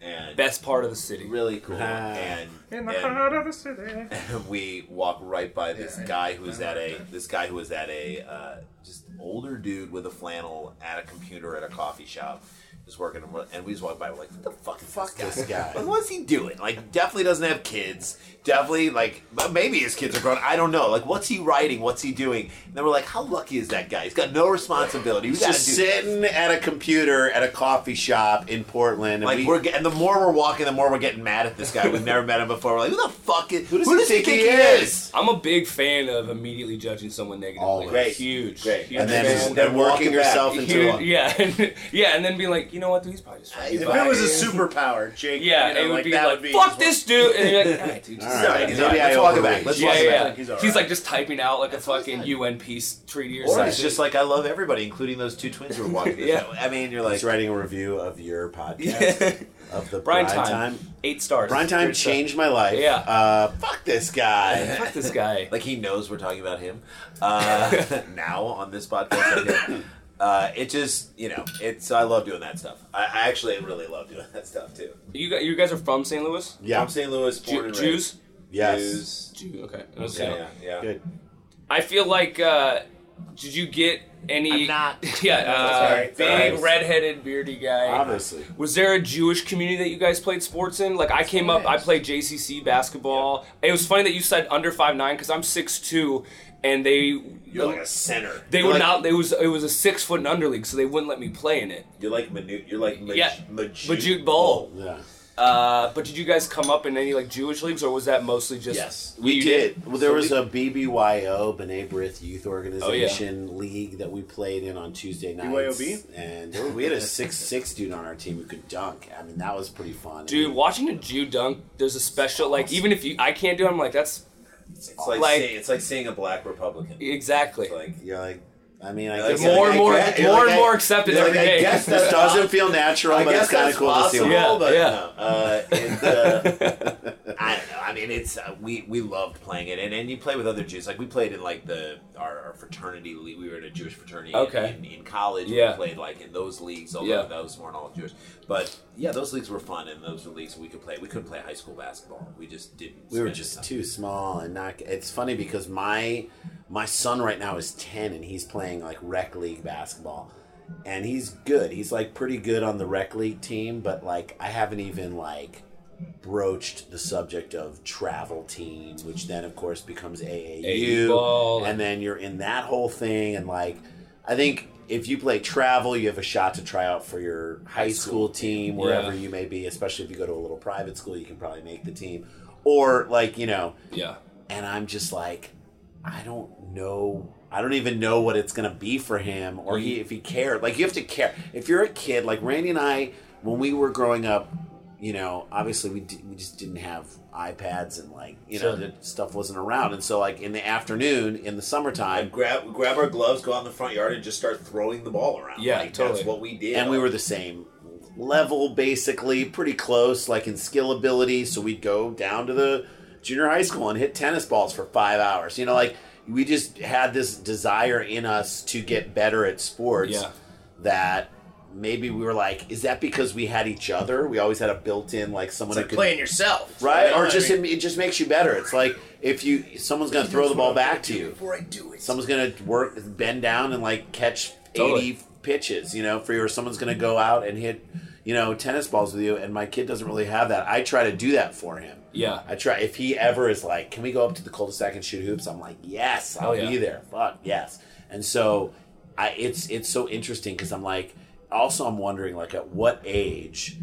[SPEAKER 3] and
[SPEAKER 6] Best part of the city.
[SPEAKER 3] really cool. and in the heart of the city, we walk right by this guy who's at a this guy who was at a uh, just older dude with a flannel at a computer at a coffee shop. Just working, and we're- and we just walk by. We're like, "What the fuck is this guy?
[SPEAKER 5] this guy?"
[SPEAKER 3] Like, what's he doing? Like, definitely doesn't have kids. Definitely, like, maybe his kids are grown. I don't know. Like, what's he writing? What's he doing? And then we're like, how lucky is that guy? He's got no responsibility. We
[SPEAKER 5] He's
[SPEAKER 3] gotta
[SPEAKER 5] just
[SPEAKER 3] do-
[SPEAKER 5] sitting at a computer at a coffee shop in Portland. And
[SPEAKER 3] Like
[SPEAKER 5] we,
[SPEAKER 3] we're get, and the more we're walking, the more we're getting mad at this guy. We've never met him before. We're like, who the fuck is? Who does, he, think he is?
[SPEAKER 6] I'm a big fan of immediately judging someone negatively.
[SPEAKER 5] Always.
[SPEAKER 6] Huge.
[SPEAKER 3] Great.
[SPEAKER 6] huge
[SPEAKER 5] and then,
[SPEAKER 6] fan.
[SPEAKER 5] then
[SPEAKER 3] Walk
[SPEAKER 5] working
[SPEAKER 3] it back.
[SPEAKER 5] yourself into
[SPEAKER 6] Huge-
[SPEAKER 5] a,
[SPEAKER 6] yeah, yeah, and then being like, like, you know what, dude, he's probably just. fucking
[SPEAKER 4] If
[SPEAKER 6] fine.
[SPEAKER 4] it was a superpower, Jake,
[SPEAKER 6] Yeah,
[SPEAKER 4] you know,
[SPEAKER 6] it would
[SPEAKER 4] like,
[SPEAKER 6] be
[SPEAKER 4] that
[SPEAKER 6] like,
[SPEAKER 4] would be
[SPEAKER 6] fuck this dude, and you're like, all right, dude, just
[SPEAKER 5] All
[SPEAKER 6] suck
[SPEAKER 5] right,
[SPEAKER 6] it.
[SPEAKER 5] maybe
[SPEAKER 6] Yeah,
[SPEAKER 5] I
[SPEAKER 3] Let's walk it
[SPEAKER 5] overreach.
[SPEAKER 3] back. Let's
[SPEAKER 6] yeah,
[SPEAKER 3] walk it
[SPEAKER 6] yeah.
[SPEAKER 3] back.
[SPEAKER 6] He's,
[SPEAKER 4] He's all
[SPEAKER 6] like just typing out like a fucking UN peace treaty or,
[SPEAKER 3] Or
[SPEAKER 6] something.
[SPEAKER 3] it's just like I love everybody, including those two twins who are walking. this
[SPEAKER 6] Yeah.
[SPEAKER 3] way. I mean, you're like
[SPEAKER 5] He's writing a review of your podcast
[SPEAKER 6] Yeah.
[SPEAKER 5] of the
[SPEAKER 6] Brine
[SPEAKER 5] Brian
[SPEAKER 6] time.
[SPEAKER 5] Time.
[SPEAKER 6] Eight stars.
[SPEAKER 5] Brian Time
[SPEAKER 6] Great stuff.
[SPEAKER 5] changed my life.
[SPEAKER 6] Yeah.
[SPEAKER 5] Uh, fuck this guy.
[SPEAKER 6] Fuck this guy.
[SPEAKER 3] like he knows we're talking about him uh, now on this podcast. right here. Uh, it just you know it's I love doing that stuff. I, I actually really love doing that stuff too.
[SPEAKER 6] You guys, you guys are from St. Louis?
[SPEAKER 5] Yeah.
[SPEAKER 3] I'm St. Louis born
[SPEAKER 6] Ju-
[SPEAKER 3] and
[SPEAKER 6] Jews? Oh.
[SPEAKER 5] Yes.
[SPEAKER 3] raised. Jews.
[SPEAKER 6] Jew. Okay. Okay.
[SPEAKER 3] Yeah, yeah, yeah.
[SPEAKER 5] Good.
[SPEAKER 6] I feel like. uh Did you get any?
[SPEAKER 4] I'm not.
[SPEAKER 6] Yeah. Uh,
[SPEAKER 4] Sorry.
[SPEAKER 6] Big
[SPEAKER 5] Sorry.
[SPEAKER 6] redheaded beardy guy.
[SPEAKER 3] Um,
[SPEAKER 5] Obviously.
[SPEAKER 6] Was there a Jewish community that you guys played sports in? Like I came up, I played JCC basketball. It was funny that you said under five nine because I'm six two, and they
[SPEAKER 3] You're like a center.
[SPEAKER 6] they
[SPEAKER 3] You're
[SPEAKER 6] were
[SPEAKER 3] like-
[SPEAKER 6] not. It was it was a six foot and under league, so they wouldn't let me play in it.
[SPEAKER 3] You're like minute. You're like Maj-
[SPEAKER 6] Yeah.
[SPEAKER 3] Majute
[SPEAKER 6] Majute Ball.
[SPEAKER 5] Yeah. Oh.
[SPEAKER 6] Uh, but did you guys come up in any like Jewish leagues, or was that mostly just?
[SPEAKER 3] Yes.
[SPEAKER 5] We
[SPEAKER 6] You
[SPEAKER 5] did. Well, there
[SPEAKER 6] So
[SPEAKER 5] was
[SPEAKER 6] we-
[SPEAKER 5] a BBYO, B'nai B'rith Youth Organization league that we played in on Tuesday nights.
[SPEAKER 4] BYOB?
[SPEAKER 5] And there- we had a six six dude on our team who could dunk. I mean, that was pretty fun.
[SPEAKER 6] Dude, watching a Jew dunk, there's a special like even if you I can't do it, I'm like that's
[SPEAKER 3] It's like,
[SPEAKER 6] Like-
[SPEAKER 3] seeing, it's like seeing a black Republican.
[SPEAKER 6] exactly.
[SPEAKER 3] It's like
[SPEAKER 5] You're like, I mean, I
[SPEAKER 3] Like,
[SPEAKER 5] guess
[SPEAKER 3] more and
[SPEAKER 5] like, I
[SPEAKER 6] more-
[SPEAKER 5] guess-
[SPEAKER 6] more
[SPEAKER 5] you're
[SPEAKER 6] and
[SPEAKER 5] I-
[SPEAKER 6] more accepted
[SPEAKER 5] you're
[SPEAKER 6] every
[SPEAKER 5] like,
[SPEAKER 6] day.
[SPEAKER 5] I guess that doesn't feel natural,
[SPEAKER 3] I
[SPEAKER 5] but
[SPEAKER 3] guess
[SPEAKER 5] it's kind
[SPEAKER 3] that's
[SPEAKER 5] of cool
[SPEAKER 3] possible,
[SPEAKER 5] to see.
[SPEAKER 6] Yeah,
[SPEAKER 3] but
[SPEAKER 6] yeah.
[SPEAKER 3] no. Uh, it, uh, I don't know. I mean, it's uh, we we loved playing it, and, and you play with other Jews. Like we played in like the our, our fraternity. league. We were in a Jewish fraternity. in-
[SPEAKER 6] Okay.
[SPEAKER 3] In, in college,
[SPEAKER 6] Yeah.
[SPEAKER 3] we played like in those leagues. Although
[SPEAKER 6] Yeah.
[SPEAKER 3] those weren't all Jewish, but yeah, those leagues were fun, and those were leagues we could play. We couldn't play high school basketball. We just didn't.
[SPEAKER 5] we were
[SPEAKER 3] spend
[SPEAKER 5] just
[SPEAKER 3] enough.
[SPEAKER 5] too small and not it's funny because my my son right now is 10 and he's playing like rec league basketball and he's good he's like pretty good on the rec league team but like i haven't even like broached the subject of travel team which then of course becomes
[SPEAKER 6] AAU
[SPEAKER 5] aau
[SPEAKER 6] ball.
[SPEAKER 5] and then you're in that whole thing and like i think if you play travel you have a shot to try out for your high, school, team wherever
[SPEAKER 6] Yeah.
[SPEAKER 5] you may be especially if you go to a little private school you can probably make the team or like you know
[SPEAKER 6] Yeah.
[SPEAKER 5] and i'm just like i don't know i don't even know what it's gonna be for him or he if he cared like you have to care if you're a kid like randy and i when we were growing up you know obviously we, di- we just didn't have ipads and like you know that stuff wasn't around and so like in the afternoon in the summertime
[SPEAKER 3] And grab grab our gloves, go out in the front yard, and just start throwing the ball around.
[SPEAKER 6] Yeah,
[SPEAKER 3] Like,
[SPEAKER 6] totally.
[SPEAKER 3] That's what we did.
[SPEAKER 5] and we were the same level basically pretty close like in skill ability so we'd go down to the junior high school and hit tennis balls for five hours you know like we just had this desire in us to get better at sports
[SPEAKER 6] Yeah.
[SPEAKER 5] that maybe we were like is that because we had each other we always had a built-in like someone who
[SPEAKER 4] like
[SPEAKER 5] could
[SPEAKER 4] playing yourself,
[SPEAKER 5] right
[SPEAKER 4] You know,
[SPEAKER 5] or
[SPEAKER 4] I
[SPEAKER 5] just
[SPEAKER 4] mean,
[SPEAKER 5] it, it just makes you better it's like if you someone's gonna throw the ball back to you
[SPEAKER 3] before I do it.
[SPEAKER 5] someone's gonna work bend down and like catch
[SPEAKER 6] Totally.
[SPEAKER 5] 80 pitches you know for you or someone's gonna go out and hit you know tennis balls with you and my kid doesn't really have that i try to do that for him
[SPEAKER 6] Yeah.
[SPEAKER 5] i try if he ever is like can we go up to the cul-de-sac and shoot hoops i'm like yes i'll
[SPEAKER 6] yeah.
[SPEAKER 5] be there fuck yes and so i it's it's so interesting because i'm like also i'm wondering like at what age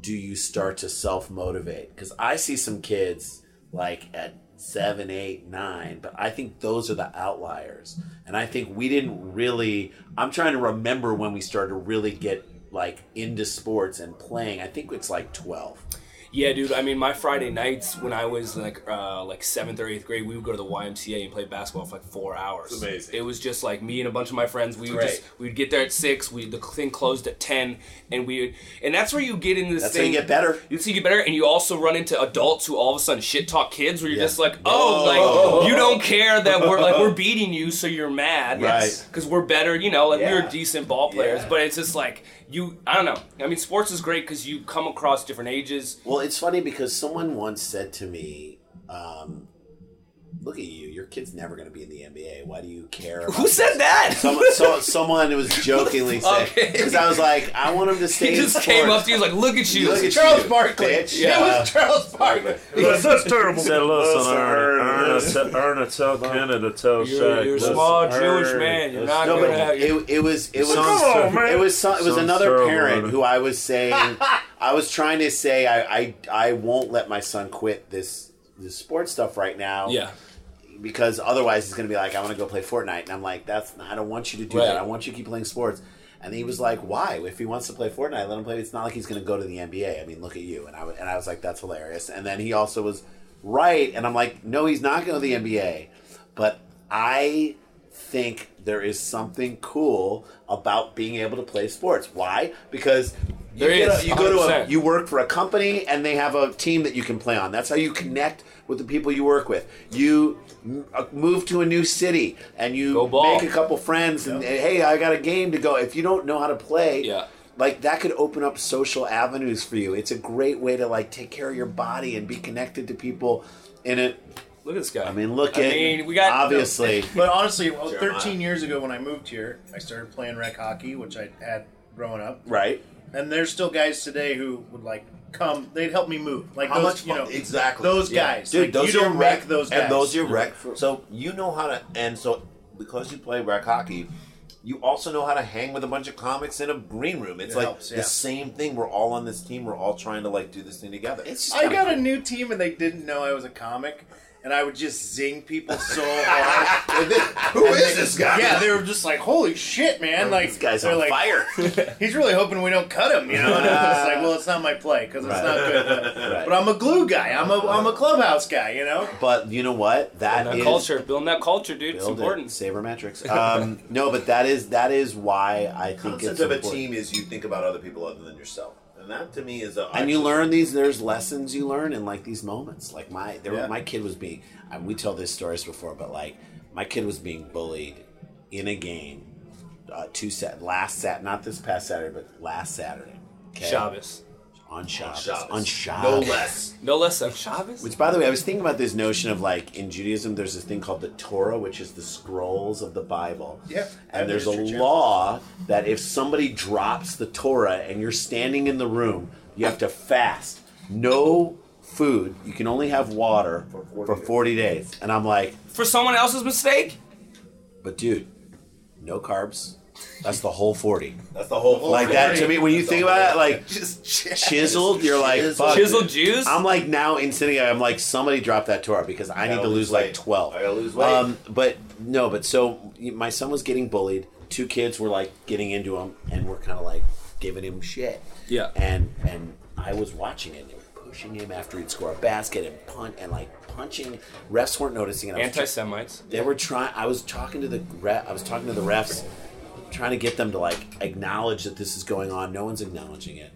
[SPEAKER 5] do you start to self-motivate because i see some kids like at seven eight nine but i think those are the outliers and i think we didn't really i'm trying to remember when we started to really get like into sports and playing i think it's like 12
[SPEAKER 6] Yeah, dude. I mean, my Friday nights when I was like uh, like seventh or eighth grade, we would go to the YMCA and play basketball for like four hours.
[SPEAKER 3] It's amazing.
[SPEAKER 6] It was just like me and a bunch of my friends. We would
[SPEAKER 3] great.
[SPEAKER 6] just we'd get there at six. We the thing closed at ten, and we would, and that's where you get in this
[SPEAKER 5] that's how
[SPEAKER 6] thing.
[SPEAKER 5] you get better
[SPEAKER 6] You see, get better, and you also run into adults who all of a sudden shit talk kids, where you're
[SPEAKER 5] Yeah.
[SPEAKER 6] just like, oh, like you don't care that we're like we're beating you, so you're mad,
[SPEAKER 5] Yes.
[SPEAKER 6] Because we're better, you know, like we
[SPEAKER 3] Yeah.
[SPEAKER 6] were decent ball players,
[SPEAKER 3] Yeah.
[SPEAKER 6] but it's just like you, I don't know. I mean, sports is great because you come across different ages.
[SPEAKER 5] Well, it's funny because someone once said to me, um, "Look at you, your kid's never going to be in the NBA. Why do you care?" About
[SPEAKER 6] Who said that?
[SPEAKER 5] Someone, so, someone was jokingly saying
[SPEAKER 6] Okay.
[SPEAKER 5] because I was like, "I want him to stay."
[SPEAKER 6] He
[SPEAKER 5] in
[SPEAKER 6] just came
[SPEAKER 5] sports."
[SPEAKER 6] up to you like, look at you.
[SPEAKER 5] Look at
[SPEAKER 4] Charles
[SPEAKER 5] you,
[SPEAKER 4] Barkley.
[SPEAKER 5] bitch.
[SPEAKER 4] It
[SPEAKER 5] Yeah.
[SPEAKER 4] was Charles Barkley.
[SPEAKER 8] That's terrible. Said hello,
[SPEAKER 4] That's
[SPEAKER 8] son. Erna, Erna, Erna, tell Canada, tell
[SPEAKER 6] you're,
[SPEAKER 8] Shaq.
[SPEAKER 6] you're a
[SPEAKER 8] That's-
[SPEAKER 6] small
[SPEAKER 8] Erna.
[SPEAKER 6] Jewish man. You're not
[SPEAKER 5] No,
[SPEAKER 6] gonna
[SPEAKER 5] but
[SPEAKER 6] have you.
[SPEAKER 5] it, it was it was
[SPEAKER 8] Sounds Come on, man.
[SPEAKER 5] it was some, it was
[SPEAKER 8] Sounds
[SPEAKER 5] another
[SPEAKER 8] terrible,
[SPEAKER 5] parent
[SPEAKER 8] Erna.
[SPEAKER 5] who I was saying I was trying to say I, I I won't let my son quit this this sports stuff right now.
[SPEAKER 6] Yeah.
[SPEAKER 5] because otherwise he's going to be like, I want to go play Fortnite, and I'm like, that's I don't want you to do
[SPEAKER 6] Right.
[SPEAKER 5] that. I want you to keep playing sports. And he was like, "Why? If he wants to play Fortnite, let him play. It's not like he's going to go to the NBA. I mean, look at you." And I w- and I was like, "That's hilarious." And then he also was right, and I'm like, "No, he's not going to the NBA." But I think there is something cool about being able to play sports. Why? Because you,
[SPEAKER 6] There
[SPEAKER 5] get
[SPEAKER 6] is,
[SPEAKER 5] a- you go to a,
[SPEAKER 6] 100%.
[SPEAKER 5] you work for a company and they have a team that you can play on. That's how you connect with the people you work with. You m- uh, move to a new city and you
[SPEAKER 6] Go ball.
[SPEAKER 5] make a couple friends and hey, I got a game to go. If you don't know how to play,
[SPEAKER 6] Yeah.
[SPEAKER 5] like that could open up social avenues for you. It's a great way to like take care of your body and be connected to people in it.
[SPEAKER 6] Look at this guy.
[SPEAKER 5] I mean, look
[SPEAKER 6] I
[SPEAKER 5] at
[SPEAKER 6] mean, we got-
[SPEAKER 5] obviously.
[SPEAKER 4] But honestly, well, 13 years ago when I moved here, I started playing rec hockey, which I had growing up.
[SPEAKER 5] Right.
[SPEAKER 4] And there's still guys today who would like come. They'd help me move. Like
[SPEAKER 3] How
[SPEAKER 4] those,
[SPEAKER 3] much
[SPEAKER 4] you know,
[SPEAKER 3] fun- exactly
[SPEAKER 4] those
[SPEAKER 3] Yeah.
[SPEAKER 4] guys.
[SPEAKER 3] dude?
[SPEAKER 4] Like,
[SPEAKER 3] those
[SPEAKER 4] you
[SPEAKER 3] are
[SPEAKER 4] don't
[SPEAKER 3] rec,
[SPEAKER 4] wreck those guys.
[SPEAKER 3] and those are rec. So you know how to, and so because you play rec hockey, you also know how to hang with a bunch of comics in a green room. It's
[SPEAKER 4] It
[SPEAKER 3] like
[SPEAKER 4] helps, yeah.
[SPEAKER 3] the same thing. We're all on this team. We're all trying to like do this thing together.
[SPEAKER 5] It's just
[SPEAKER 4] I
[SPEAKER 5] kinda
[SPEAKER 4] got a new team and they didn't know I was a comic, and I would just zing people so hard.
[SPEAKER 3] who
[SPEAKER 4] And they- Yeah, they were just like, "Holy shit, man!" Like
[SPEAKER 5] This guy's
[SPEAKER 4] they're
[SPEAKER 5] on
[SPEAKER 4] like,
[SPEAKER 5] fire.
[SPEAKER 4] He's really hoping we don't cut him, you know. And I'm just like, well, it's not my play because it's not good. But, but I'm a glue guy. I'm a I'm a clubhouse guy, you know.
[SPEAKER 5] But you know what? That
[SPEAKER 6] that
[SPEAKER 5] is-
[SPEAKER 6] culture, building that culture, dude. It's
[SPEAKER 5] Build it.
[SPEAKER 6] important.
[SPEAKER 5] Sabermetrics. Um, no, but that is that is why I
[SPEAKER 3] The
[SPEAKER 5] think
[SPEAKER 3] concept
[SPEAKER 5] it's
[SPEAKER 3] of a
[SPEAKER 5] important.
[SPEAKER 3] team is you think about other people other than yourself, and that to me is a.
[SPEAKER 5] and you learn these there's lessons you learn in like these moments like my there
[SPEAKER 3] Yeah.
[SPEAKER 5] my kid was being and we tell these stories before but like my kid was being bullied in a game uh, two set last sat not this past saturday but last saturday okay?
[SPEAKER 6] Shabbos.
[SPEAKER 5] on Shabbos.
[SPEAKER 3] Shabbos.
[SPEAKER 5] on Shabbos
[SPEAKER 3] no less.
[SPEAKER 6] No less than Shabbos.
[SPEAKER 5] which, by the way, I was thinking about this notion of like in Judaism, there's this thing called the Torah, which is the scrolls of the Bible.
[SPEAKER 4] Yeah,
[SPEAKER 5] And there's a
[SPEAKER 4] Adventist Church, yeah.
[SPEAKER 5] law that if somebody drops the Torah and you're standing in the room, you have to fast. No food. You can only have water for 40, days. And I'm like,
[SPEAKER 6] For someone else's mistake?
[SPEAKER 5] but dude, no carbs. That's the whole 40.
[SPEAKER 3] That's the whole.
[SPEAKER 5] Like that to me, when you think about it, like
[SPEAKER 3] just
[SPEAKER 5] chiseled, you're like, fuck.
[SPEAKER 6] Chiseled Jews?
[SPEAKER 5] I'm like now in sitting. I'm like somebody dropped that Torah because I need to
[SPEAKER 3] gotta lose
[SPEAKER 5] lose like
[SPEAKER 3] weight.
[SPEAKER 5] twelve.
[SPEAKER 3] I gotta lose weight.
[SPEAKER 5] Um, but no, but so my son was getting bullied. Two kids were like getting into him, and we're kind of like giving him shit.
[SPEAKER 6] Yeah.
[SPEAKER 5] And and I was watching it. They were pushing him after he'd score a basket and punt and like punching. Refs weren't noticing. And I was
[SPEAKER 6] Anti Semites.
[SPEAKER 5] they were trying. I was talking to the re- I was talking to the refs, trying to get them to like acknowledge that this is going on. No one's acknowledging it.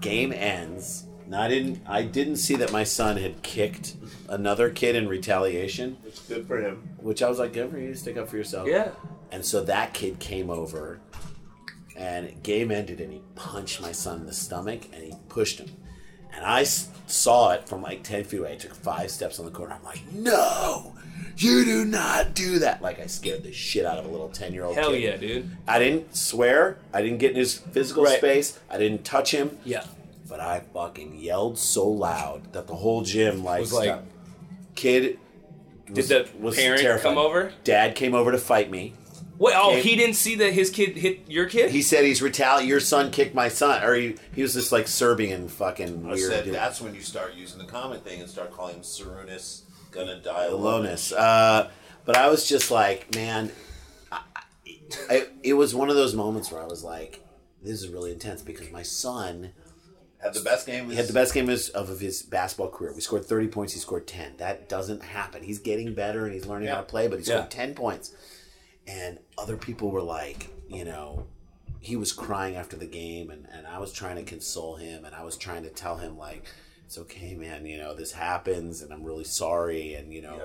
[SPEAKER 5] Game ends. Now I didn't. I didn't see that my son had kicked another kid in retaliation,
[SPEAKER 3] good for him.
[SPEAKER 5] which I was like, "Good for you. Stick up for yourself."
[SPEAKER 6] Yeah.
[SPEAKER 5] And so that kid came over, and game ended, and he punched my son in the stomach, and he pushed him. And I s- saw it from like ten feet away. I took five steps on the corner. I'm like, "No, you do not do that!" Like I scared the shit out of a little ten year old.
[SPEAKER 6] Hell
[SPEAKER 5] kid.
[SPEAKER 6] yeah, dude.
[SPEAKER 5] I didn't swear. I didn't get in his physical
[SPEAKER 6] Right.
[SPEAKER 5] space. I didn't touch him.
[SPEAKER 6] Yeah.
[SPEAKER 5] But I fucking yelled so loud that the whole gym like,
[SPEAKER 6] Was like-
[SPEAKER 5] stopped. kid.
[SPEAKER 6] Did the parent come over?
[SPEAKER 5] Dad came over to fight me.
[SPEAKER 6] Wait, oh,
[SPEAKER 5] Okay.
[SPEAKER 6] he didn't see that his kid hit your kid?
[SPEAKER 5] He said he's retaliating. Your son kicked my son, or he, he was this like Serbian fucking
[SPEAKER 3] I
[SPEAKER 5] weird
[SPEAKER 3] said
[SPEAKER 5] dude.
[SPEAKER 3] that's when you start using the common thing and start calling him Serunas gonna die alone.
[SPEAKER 5] Lowness. Uh, but I was just like, man, I, I, it was one of those moments where I was like, this is really intense because my son
[SPEAKER 3] Had the best game.
[SPEAKER 5] he had the best game of his, of his basketball career. We scored thirty points. He scored ten. That doesn't happen. He's getting better and he's learning how to play, but he scored
[SPEAKER 6] Yeah.
[SPEAKER 5] ten points. And other people were like, you know, he was crying after the game and, and I was trying to console him and I was trying to tell him like it's okay man you know this happens and I'm really sorry and you know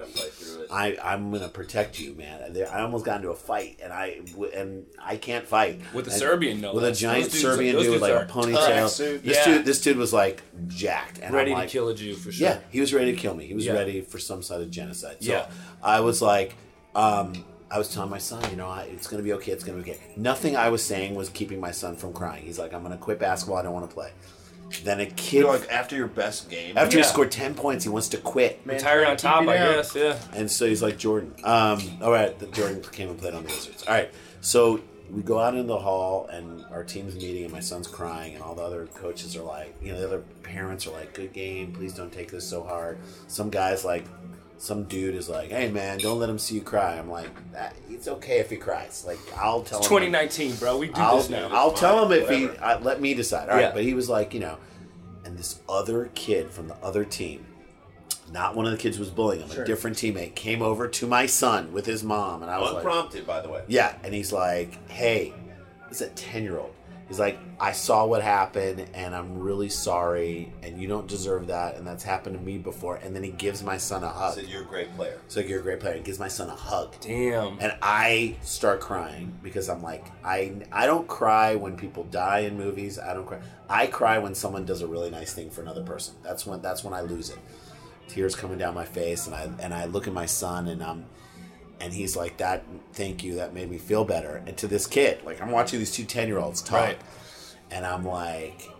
[SPEAKER 5] I I'm gonna protect you man There- I almost got into a fight and I w- and I can't fight
[SPEAKER 6] With a
[SPEAKER 5] And-
[SPEAKER 6] Serbian, no
[SPEAKER 5] with a
[SPEAKER 6] less.
[SPEAKER 5] giant
[SPEAKER 6] Those dudes-
[SPEAKER 5] Serbian
[SPEAKER 6] those
[SPEAKER 5] dude with like
[SPEAKER 6] dudes
[SPEAKER 5] a
[SPEAKER 6] are
[SPEAKER 5] ponytail
[SPEAKER 4] tough.
[SPEAKER 5] this
[SPEAKER 6] Yeah.
[SPEAKER 5] dude this dude was like jacked and
[SPEAKER 6] Ready
[SPEAKER 5] I'm
[SPEAKER 6] to
[SPEAKER 5] like,
[SPEAKER 6] kill a Jew for sure.
[SPEAKER 5] yeah, he was ready to kill me. He was
[SPEAKER 6] Yeah.
[SPEAKER 5] ready for some sort of genocide. So
[SPEAKER 6] Yeah.
[SPEAKER 5] I was like, um, I was telling my son, you know, I, it's going to be okay. It's going to be okay. Nothing I was saying was keeping my son from crying. He's like, I'm going to quit basketball. I don't want to play. Then a kid,
[SPEAKER 3] You're like after your best game.
[SPEAKER 5] after he
[SPEAKER 6] Yeah.
[SPEAKER 5] scored 10 points, he wants to quit.
[SPEAKER 6] Retired on top,
[SPEAKER 4] Keep it
[SPEAKER 6] I
[SPEAKER 4] down.
[SPEAKER 6] guess, yeah.
[SPEAKER 5] And so he's like, Jordan. Um, all right, the Jordan came and played on the Wizards. All right, so we go out into the hall, and our team's meeting, and my son's crying, and all the other coaches are like, you know, the other parents are like, good game, please don't take this so hard. Some guys like, some dude is like, "Hey man, don't let him see you cry." I'm like, "That- "It's okay if he cries. Like I'll tell him."
[SPEAKER 6] 2019, bro. We do
[SPEAKER 5] I'll,
[SPEAKER 6] this now.
[SPEAKER 5] I'll
[SPEAKER 6] It's
[SPEAKER 5] tell
[SPEAKER 6] fine.
[SPEAKER 5] him if he
[SPEAKER 6] Whatever.
[SPEAKER 5] I, let me decide. All right,
[SPEAKER 6] Yeah.
[SPEAKER 5] but he was like, you know, and this other kid from the other team, not one of the kids who was bullying him, a different teammate came over to my son with his mom, and I was like,
[SPEAKER 3] Unprompted, by the way.
[SPEAKER 5] yeah, and he's like, hey, it's a 10 year old. He's like, I saw what happened and I'm really sorry and you don't deserve that and that's happened to me before. And then he gives my son a hug.
[SPEAKER 3] Said
[SPEAKER 5] It's
[SPEAKER 3] you're a great player.
[SPEAKER 5] like, you're a great player. And gives my son a hug.
[SPEAKER 6] Damn.
[SPEAKER 5] And I start crying because I'm like, I, I don't cry when people die in movies. I don't cry. I cry when someone does a really nice thing for another person. That's when that's when I lose it. Tears coming down my face, and I and I look at my son, and um, I'm, and he's like, that. Thank you. That made me feel better. And to this kid, like I'm watching these two ten year olds talk,
[SPEAKER 6] Right.
[SPEAKER 5] and I'm like,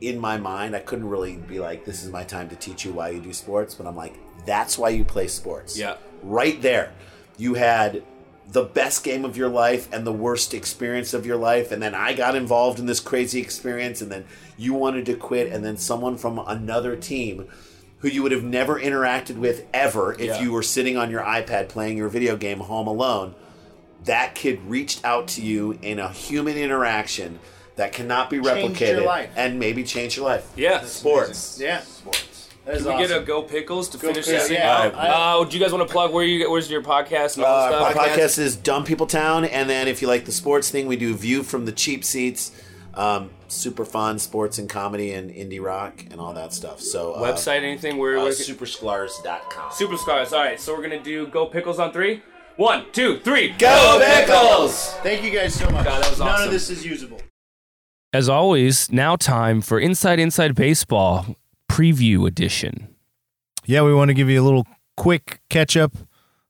[SPEAKER 5] in my mind, I couldn't really be like, this is my time to teach you why you do sports, but I'm like, that's why you play sports.
[SPEAKER 6] Yeah.
[SPEAKER 5] Right there. You had the best game of your life and the worst experience of your life. And then I got involved in this crazy experience. And then you wanted to quit. And then someone from another team who you would have never interacted with ever if
[SPEAKER 6] Yeah.
[SPEAKER 5] you were sitting on your iPad playing your video game home alone that kid reached out to you in a human interaction that cannot be replicated
[SPEAKER 4] Changed your life.
[SPEAKER 5] and maybe change your life.
[SPEAKER 6] Yeah.
[SPEAKER 5] Sports.
[SPEAKER 4] Yeah,
[SPEAKER 3] Sports.
[SPEAKER 4] that is
[SPEAKER 6] Did we
[SPEAKER 4] awesome.
[SPEAKER 6] get a Go Pickles to finish
[SPEAKER 4] Pickles,
[SPEAKER 6] this thing
[SPEAKER 4] yeah.
[SPEAKER 6] out?
[SPEAKER 4] I-
[SPEAKER 6] Uh, do you guys want to plug where you get, where's your podcast and all
[SPEAKER 5] Uh,
[SPEAKER 6] that
[SPEAKER 5] our
[SPEAKER 6] stuff?
[SPEAKER 5] podcast is Dumb People Town, and then if you like the sports thing, we do View from the Cheap Seats. Um, super fun sports and comedy and indie rock and all that stuff. So uh,
[SPEAKER 6] Website, anything? Where
[SPEAKER 3] Uh,
[SPEAKER 6] where-
[SPEAKER 3] supersclars.com.
[SPEAKER 6] Superstars. All right, so we're gonna do Go Pickles on three. One, two, three.
[SPEAKER 5] Go Pickles!
[SPEAKER 4] Thank you guys so much.
[SPEAKER 6] God, that was
[SPEAKER 4] None
[SPEAKER 6] awesome.
[SPEAKER 4] of this is usable.
[SPEAKER 2] As always, now time for Inside Inside Baseball preview edition.
[SPEAKER 1] yeah, we want to give you a little quick catch up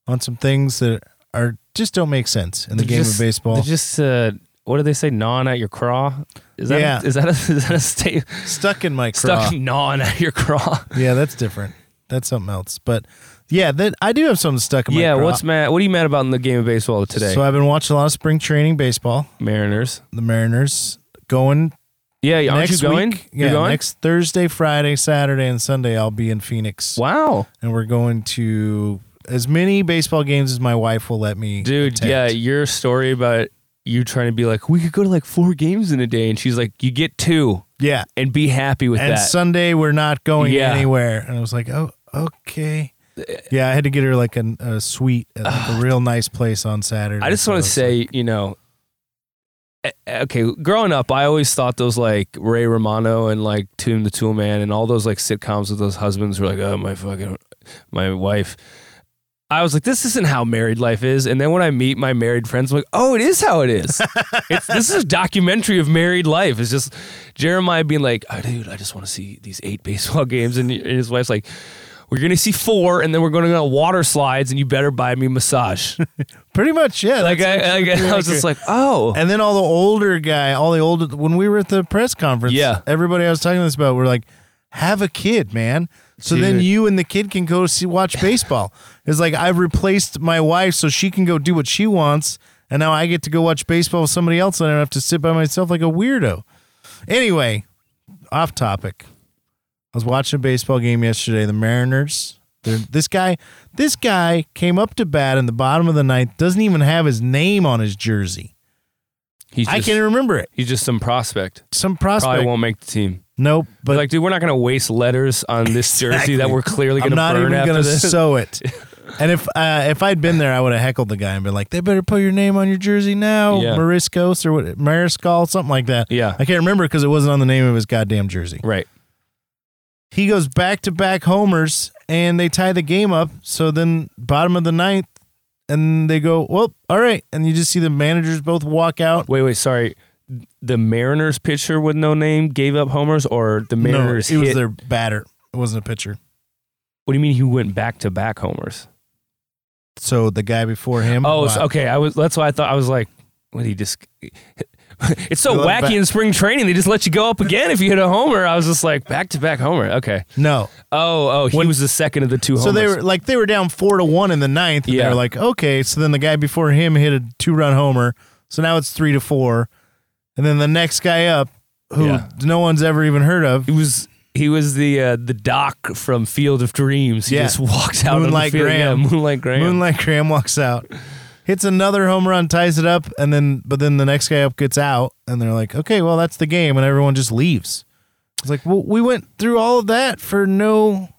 [SPEAKER 1] on some things that are just don't make sense in the game
[SPEAKER 2] Just-
[SPEAKER 1] of baseball.
[SPEAKER 2] they're Just uh, what do they say? Gnawing at your craw. Is that
[SPEAKER 1] Yeah.
[SPEAKER 2] a, is that a, is that a state
[SPEAKER 1] stuck in my craw.
[SPEAKER 2] stuck gnawing at your craw?
[SPEAKER 1] Yeah, that's different. That's something else. But yeah, that I do have something stuck in my
[SPEAKER 2] yeah.
[SPEAKER 1] craw.
[SPEAKER 2] What's mad? What are you mad about in the game of baseball today,
[SPEAKER 1] So I've been watching a lot of spring training baseball.
[SPEAKER 2] Mariners?
[SPEAKER 1] The Mariners going
[SPEAKER 2] Yeah, aren't
[SPEAKER 1] next
[SPEAKER 2] you going?
[SPEAKER 1] week.
[SPEAKER 2] You're
[SPEAKER 1] yeah,
[SPEAKER 2] going?
[SPEAKER 1] next Thursday, Friday, Saturday, and Sunday. I'll be in Phoenix,
[SPEAKER 2] wow,
[SPEAKER 1] and we're going to as many baseball games as my wife will let me.
[SPEAKER 2] dude.
[SPEAKER 1] attend.
[SPEAKER 2] Yeah, your story about you trying to be like, we could go to like four games in a day, and she's like, you get two
[SPEAKER 1] yeah.
[SPEAKER 2] and be happy with
[SPEAKER 1] and
[SPEAKER 2] that.
[SPEAKER 1] Sunday we're not going
[SPEAKER 2] Yeah.
[SPEAKER 1] anywhere. And I was like, oh, okay. Yeah, I had to get her like an, a suite at like a real nice place on Saturday.
[SPEAKER 2] I just
[SPEAKER 1] So
[SPEAKER 2] want to
[SPEAKER 1] it's
[SPEAKER 2] say, you know, eh, eh, okay, growing up, I always thought those like Ray Romano and like Tim the Tool Man and all those like sitcoms with those husbands were like, oh, my fucking, my wife. I was like, this isn't how married life is. And then when I meet my married friends, I'm like, oh, it is how it is. it's, this is a documentary of married life. It's just Jeremiah being like, oh, dude, I just want to see these eight baseball games. And and his wife's like, we're going to see four, and then we're going to go on water slides, and you better buy me a massage
[SPEAKER 1] pretty much yeah.
[SPEAKER 2] like
[SPEAKER 1] that's
[SPEAKER 2] I,
[SPEAKER 1] actually
[SPEAKER 2] like, I was
[SPEAKER 1] pretty
[SPEAKER 2] just
[SPEAKER 1] accurate.
[SPEAKER 2] like, oh,
[SPEAKER 1] And then all the older guy, all the older when we were at the press conference,
[SPEAKER 2] Yeah.
[SPEAKER 1] everybody I was talking to this about were like, have a kid, man. So then
[SPEAKER 2] Dude.
[SPEAKER 1] you and the kid can go see watch baseball. It's like I've replaced my wife so she can go do what she wants, and now I get to go watch baseball with somebody else, and I don't have to sit by myself like a weirdo. Anyway, off topic. I was watching a baseball game yesterday. The Mariners. They're, this guy, this guy came up to bat in the bottom of the ninth. Doesn't even have his name on his jersey.
[SPEAKER 2] he's just,
[SPEAKER 1] I can't remember it.
[SPEAKER 2] he's just some prospect.
[SPEAKER 1] Some
[SPEAKER 2] Probably
[SPEAKER 1] prospect.
[SPEAKER 2] won't make the team.
[SPEAKER 1] Nope. But
[SPEAKER 2] But like, dude, we're not gonna waste letters on this jersey that we're clearly gonna
[SPEAKER 1] I'm not
[SPEAKER 2] burn
[SPEAKER 1] even
[SPEAKER 2] after
[SPEAKER 1] gonna
[SPEAKER 2] this.
[SPEAKER 1] sew it. And if uh, if I'd been there, I would have heckled the guy and been like, "They better put your name on your jersey now,
[SPEAKER 2] Yeah.
[SPEAKER 1] Mariscos or what, Mariscal, something like that."
[SPEAKER 2] Yeah.
[SPEAKER 1] I can't remember because it wasn't on the name of his goddamn jersey.
[SPEAKER 2] right.
[SPEAKER 1] He goes back to back homers, and they tie the game up. So then, bottom of the ninth, and they go, "Well, all right," and you just see the managers both walk out.
[SPEAKER 2] Wait, wait, sorry. The Mariners pitcher with no name gave up homers, or the Mariners
[SPEAKER 1] no, it was
[SPEAKER 2] hit.
[SPEAKER 1] their batter. It wasn't a pitcher.
[SPEAKER 2] what do you mean he went back to back homers?
[SPEAKER 1] So the guy before him.
[SPEAKER 2] Oh, so-
[SPEAKER 1] Wow.
[SPEAKER 2] okay. I was. That's why I thought I was like, what he just. It's so
[SPEAKER 1] Going
[SPEAKER 2] wacky
[SPEAKER 1] back-
[SPEAKER 2] in spring training. They just let you go up again if you hit a homer. I was just like back to back homer. Okay.
[SPEAKER 1] no.
[SPEAKER 2] Oh, oh, he was the second of the two homers.
[SPEAKER 1] So they were like they were down four to one in the ninth. And
[SPEAKER 2] Yeah.
[SPEAKER 1] They were like, okay. So then the guy before him hit a two run homer. So now it's three to four. And then the next guy up, who
[SPEAKER 2] Yeah.
[SPEAKER 1] no one's ever even heard of,
[SPEAKER 2] It was he was the uh, the doc from Field of Dreams. He
[SPEAKER 1] Yeah.
[SPEAKER 2] just walks out
[SPEAKER 1] Moonlight
[SPEAKER 2] on the field.
[SPEAKER 1] Graham.
[SPEAKER 2] Yeah, Moonlight Graham.
[SPEAKER 1] Moonlight Graham walks out, hits another home run, ties it up, and then but then the next guy up gets out, and they're like, okay, well that's the game, and everyone just leaves. It's like, well, we went through all of that for no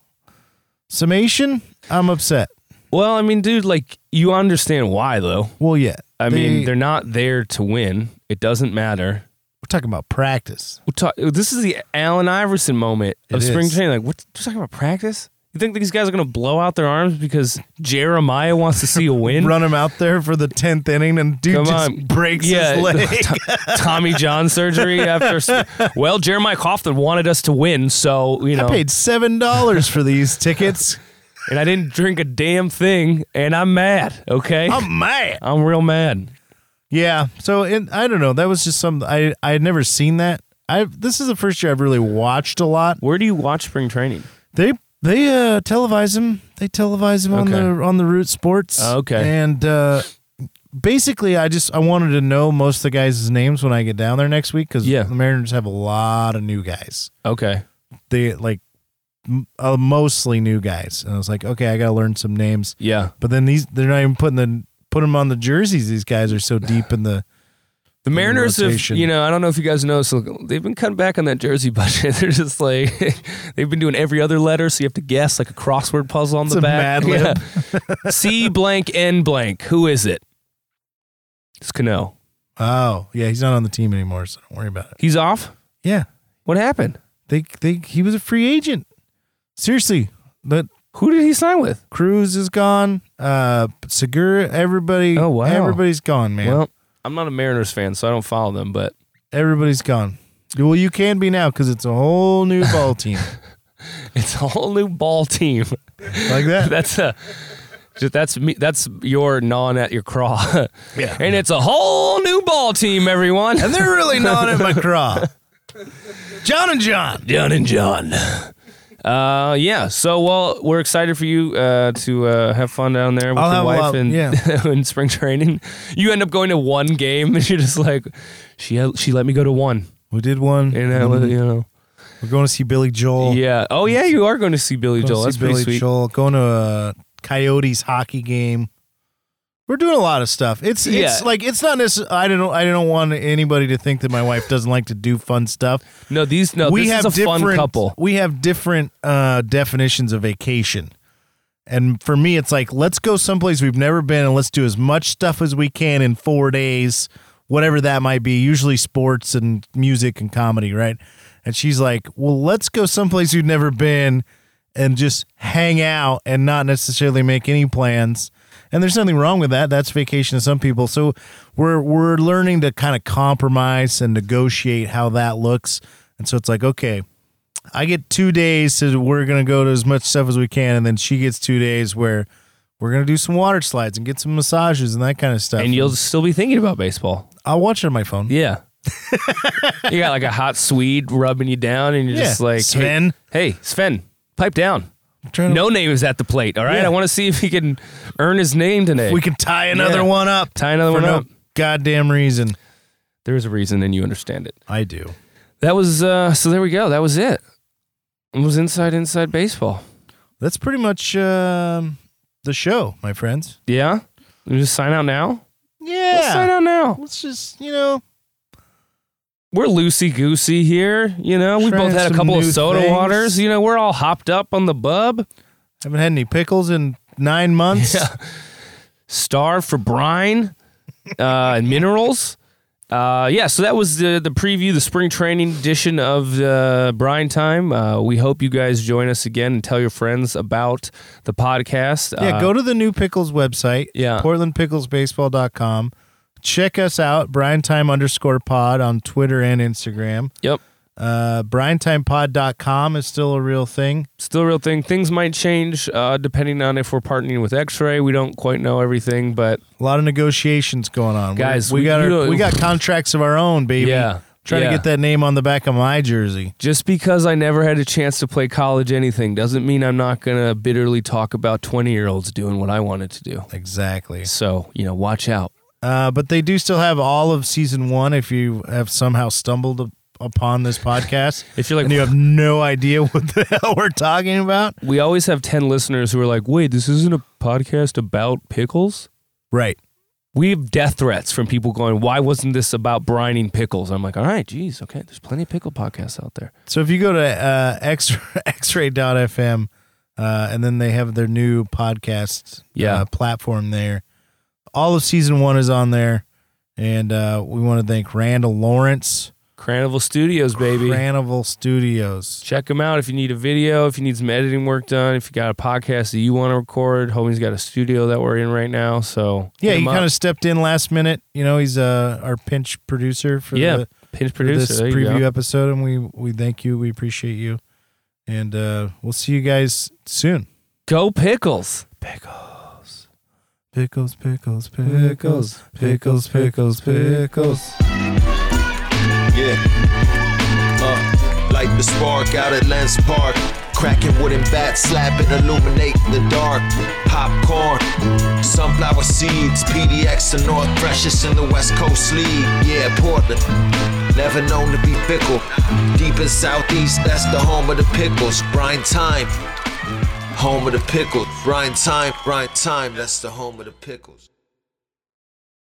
[SPEAKER 1] summation. I'm upset.
[SPEAKER 2] Well, I mean, dude, like you understand why though.
[SPEAKER 1] Well, yeah.
[SPEAKER 2] I
[SPEAKER 1] They-
[SPEAKER 2] mean, they're not there to win. It doesn't matter.
[SPEAKER 1] we're talking about practice.
[SPEAKER 2] We're talk- this is the Allen Iverson moment of
[SPEAKER 1] It
[SPEAKER 2] spring
[SPEAKER 1] is.
[SPEAKER 2] training. Like, what? You're talking about practice? You think these guys are going to blow out their arms because Jeremiah wants to see a win?
[SPEAKER 1] Run him out there for the tenth inning, and dude
[SPEAKER 2] Come
[SPEAKER 1] just
[SPEAKER 2] on.
[SPEAKER 1] breaks
[SPEAKER 2] yeah,
[SPEAKER 1] his leg.
[SPEAKER 2] T- Tommy John surgery after. well, Jeremiah Coughlin wanted us to win, so you know,
[SPEAKER 1] I paid seven dollars for these tickets.
[SPEAKER 2] and I didn't drink a damn thing, and I'm mad. Okay,
[SPEAKER 1] I'm mad.
[SPEAKER 2] I'm real mad.
[SPEAKER 1] Yeah. So it, I don't know. That was just some I I had never seen that. I this is the first year I've really watched a lot.
[SPEAKER 2] Where do you watch spring training?
[SPEAKER 1] They they uh televise them. They televise them on the
[SPEAKER 2] Okay.
[SPEAKER 1] on the Root Sports.
[SPEAKER 2] Oh, okay.
[SPEAKER 1] And uh basically I just I wanted to know most of the guys' names when I get down there next week cuz
[SPEAKER 2] Yeah.
[SPEAKER 1] the Mariners have a lot of new guys.
[SPEAKER 2] Okay,
[SPEAKER 1] They like m- uh, mostly new guys. And I was like, "Okay, I got to learn some names."
[SPEAKER 2] yeah.
[SPEAKER 1] But then these they're not even putting the putting them on the jerseys. These guys are so deep in the
[SPEAKER 2] The Mariners have,
[SPEAKER 1] rotation.
[SPEAKER 2] you know, I don't know if you guys know, so they've been cutting back on that jersey budget. They're just like, they've been doing every other letter, so you have to guess like a crossword puzzle on
[SPEAKER 1] It's
[SPEAKER 2] the
[SPEAKER 1] a Mad
[SPEAKER 2] back.
[SPEAKER 1] Lib.
[SPEAKER 2] Yeah. C blank N blank. Who is it? It's Cano.
[SPEAKER 1] Oh, yeah, he's not on the team anymore, so don't worry about it.
[SPEAKER 2] He's off.
[SPEAKER 1] Yeah.
[SPEAKER 2] What happened?
[SPEAKER 1] They they he was a free agent. Seriously, that
[SPEAKER 2] Who did he sign with?
[SPEAKER 1] Cruz is gone. Uh Segura, everybody
[SPEAKER 2] Oh, wow.
[SPEAKER 1] everybody's gone, man.
[SPEAKER 2] Well, I'm not a Mariners fan, so I don't follow them. But
[SPEAKER 1] everybody's gone. Well, you can be now cuz it's a whole new ball team.
[SPEAKER 2] it's a whole new ball team.
[SPEAKER 1] like that.
[SPEAKER 2] that's a just- that's me that's your non at your craw yeah and it's a whole new ball team everyone
[SPEAKER 1] And they're really not at McCraw. John and John.
[SPEAKER 2] John and John. Uh, yeah. So, well, we're excited for you uh, to uh, have fun down there with
[SPEAKER 1] I'll have
[SPEAKER 2] your
[SPEAKER 1] a
[SPEAKER 2] wife
[SPEAKER 1] lot-
[SPEAKER 2] and
[SPEAKER 1] yeah.
[SPEAKER 2] in spring training. You end up going to one game, and you're just like, she uh, she let me go to one,
[SPEAKER 1] We did one.
[SPEAKER 2] and I,
[SPEAKER 1] Mhm.
[SPEAKER 2] you know,
[SPEAKER 1] We're going to see Billy Joel.
[SPEAKER 2] yeah. Oh yeah, you are going to see Billy
[SPEAKER 1] Going
[SPEAKER 2] Joel.
[SPEAKER 1] to
[SPEAKER 2] That's
[SPEAKER 1] see
[SPEAKER 2] pretty
[SPEAKER 1] Billy
[SPEAKER 2] sweet.
[SPEAKER 1] Joel. Going to a Coyotes hockey game. We're doing a lot of stuff. It's it's
[SPEAKER 2] Yeah.
[SPEAKER 1] like it's not necessarily. I don't I don't want anybody to think that my wife doesn't like to do fun stuff.
[SPEAKER 2] No, these no.
[SPEAKER 1] we
[SPEAKER 2] this
[SPEAKER 1] have
[SPEAKER 2] is a
[SPEAKER 1] different
[SPEAKER 2] fun couple.
[SPEAKER 1] we have different uh, definitions of vacation. And for me, it's like let's go someplace we've never been and let's do as much stuff as we can in four days, whatever that might be. Usually sports and music and comedy, right? And she's like, well, let's go someplace you've never been and just hang out and not necessarily make any plans. And there's nothing wrong with that. That's vacation to some people. So we're we're learning to kind of compromise and negotiate how that looks. And so it's like, okay, I get two days to we're gonna go to as much stuff as we can, and then she gets two days where we're gonna do some water slides and get some massages and that kind of stuff.
[SPEAKER 2] And you'll still be thinking about baseball.
[SPEAKER 1] I'll watch it on my phone.
[SPEAKER 2] Yeah. you got like a hot Swede rubbing you down, and you're
[SPEAKER 1] Yeah.
[SPEAKER 2] just like,
[SPEAKER 1] Sven.
[SPEAKER 2] Hey, hey, Sven, pipe down.
[SPEAKER 1] I'm trying to-
[SPEAKER 2] No name is at the plate. All right,
[SPEAKER 1] Yeah.
[SPEAKER 2] I want to see if he can earn his name today.
[SPEAKER 1] we can tie another
[SPEAKER 2] Yeah.
[SPEAKER 1] one up.
[SPEAKER 2] Tie another
[SPEAKER 1] for
[SPEAKER 2] one
[SPEAKER 1] no
[SPEAKER 2] up.
[SPEAKER 1] Goddamn reason.
[SPEAKER 2] There is a reason, and you understand it.
[SPEAKER 1] I do.
[SPEAKER 2] That was uh, so. There we go. That was it. It was inside inside baseball.
[SPEAKER 1] That's pretty much um, the show, my friends.
[SPEAKER 2] Yeah. We just sign out now.
[SPEAKER 1] Yeah.
[SPEAKER 2] Let's sign out now.
[SPEAKER 1] Let's just you know
[SPEAKER 2] We're loosey goosey here. You know, we
[SPEAKER 1] Trying
[SPEAKER 2] both had a
[SPEAKER 1] some
[SPEAKER 2] couple of
[SPEAKER 1] new
[SPEAKER 2] soda
[SPEAKER 1] things.
[SPEAKER 2] waters. You know, we're all hopped up on the bub.
[SPEAKER 1] haven't had any pickles in nine months.
[SPEAKER 2] Yeah. Starved for brine uh, and minerals. Uh, yeah, so that was the, the preview, the spring training edition of uh, Brine Time. Uh, we hope you guys join us again and tell your friends about the podcast.
[SPEAKER 1] Yeah,
[SPEAKER 2] Uh,
[SPEAKER 1] go to the new Pickles website.
[SPEAKER 2] Yeah.
[SPEAKER 1] PortlandPicklesBaseball.com. Check us out, Brian Time underscore pod on Twitter and Instagram.
[SPEAKER 2] Yep,
[SPEAKER 1] Uh, BrianTimePod.com is still a real thing.
[SPEAKER 2] still a real thing. Things might change uh, depending on if we're partnering with X Ray. We don't quite know everything, but
[SPEAKER 1] A lot of negotiations going on. We-
[SPEAKER 2] Guys,
[SPEAKER 1] we,
[SPEAKER 2] we-
[SPEAKER 1] got
[SPEAKER 2] you
[SPEAKER 1] our,
[SPEAKER 2] know-
[SPEAKER 1] we got contracts of our own, baby.
[SPEAKER 2] Yeah,
[SPEAKER 1] Trying
[SPEAKER 2] yeah.
[SPEAKER 1] to get that name on the back of my jersey.
[SPEAKER 2] just because I never had a chance to play college anything doesn't mean I'm not going to bitterly talk about 20 year olds doing what I wanted to do.
[SPEAKER 1] Exactly.
[SPEAKER 2] So, you know, watch out.
[SPEAKER 1] Uh, but they do still have all of season one if you have somehow stumbled upon this podcast.
[SPEAKER 2] If you're like-
[SPEAKER 1] and you have no idea what the hell we're talking about,
[SPEAKER 2] We always have 10 listeners who are like, wait, this isn't a podcast about pickles?
[SPEAKER 1] right?
[SPEAKER 2] We have death threats from people going, why wasn't this about brining pickles? I'm like, all right, geez, okay, there's plenty of pickle podcasts out there.
[SPEAKER 1] So if you go to uh, x xray.fm, uh, and then they have their new podcast
[SPEAKER 2] Yeah.
[SPEAKER 1] uh, platform there. All of season one is on there, and uh, we want to thank Randall Lawrence,
[SPEAKER 2] Cranival Studios, baby.
[SPEAKER 1] Granival Studios.
[SPEAKER 2] Check them out if you need a video, if you need some editing work done, if you got a podcast that you want to record. Homie's got a studio that we're in right now, so
[SPEAKER 1] Yeah,
[SPEAKER 2] hit
[SPEAKER 1] he
[SPEAKER 2] him up.
[SPEAKER 1] kind of stepped in last minute. You know, he's uh, our pinch producer for
[SPEAKER 2] yeah,
[SPEAKER 1] the,
[SPEAKER 2] pinch
[SPEAKER 1] for
[SPEAKER 2] producer. there
[SPEAKER 1] this
[SPEAKER 2] you go.
[SPEAKER 1] preview episode, and we we thank you, we appreciate you, and uh, we'll see you guys soon.
[SPEAKER 2] Go pickles.
[SPEAKER 1] Pickles, pickles, pickles, pickles, pickles, pickles.
[SPEAKER 9] Yeah. Uh, like the spark out at Lens Park. Cracking wooden bats, slapping, illuminate the dark. Popcorn, sunflower seeds, PDX and North Precious in the West Coast League. Yeah, Portland. Never known to be fickle. Deep in Southeast, that's the home of the pickles. Brine time, home of the pickles. Brine time, brine time, that's the home of the pickles.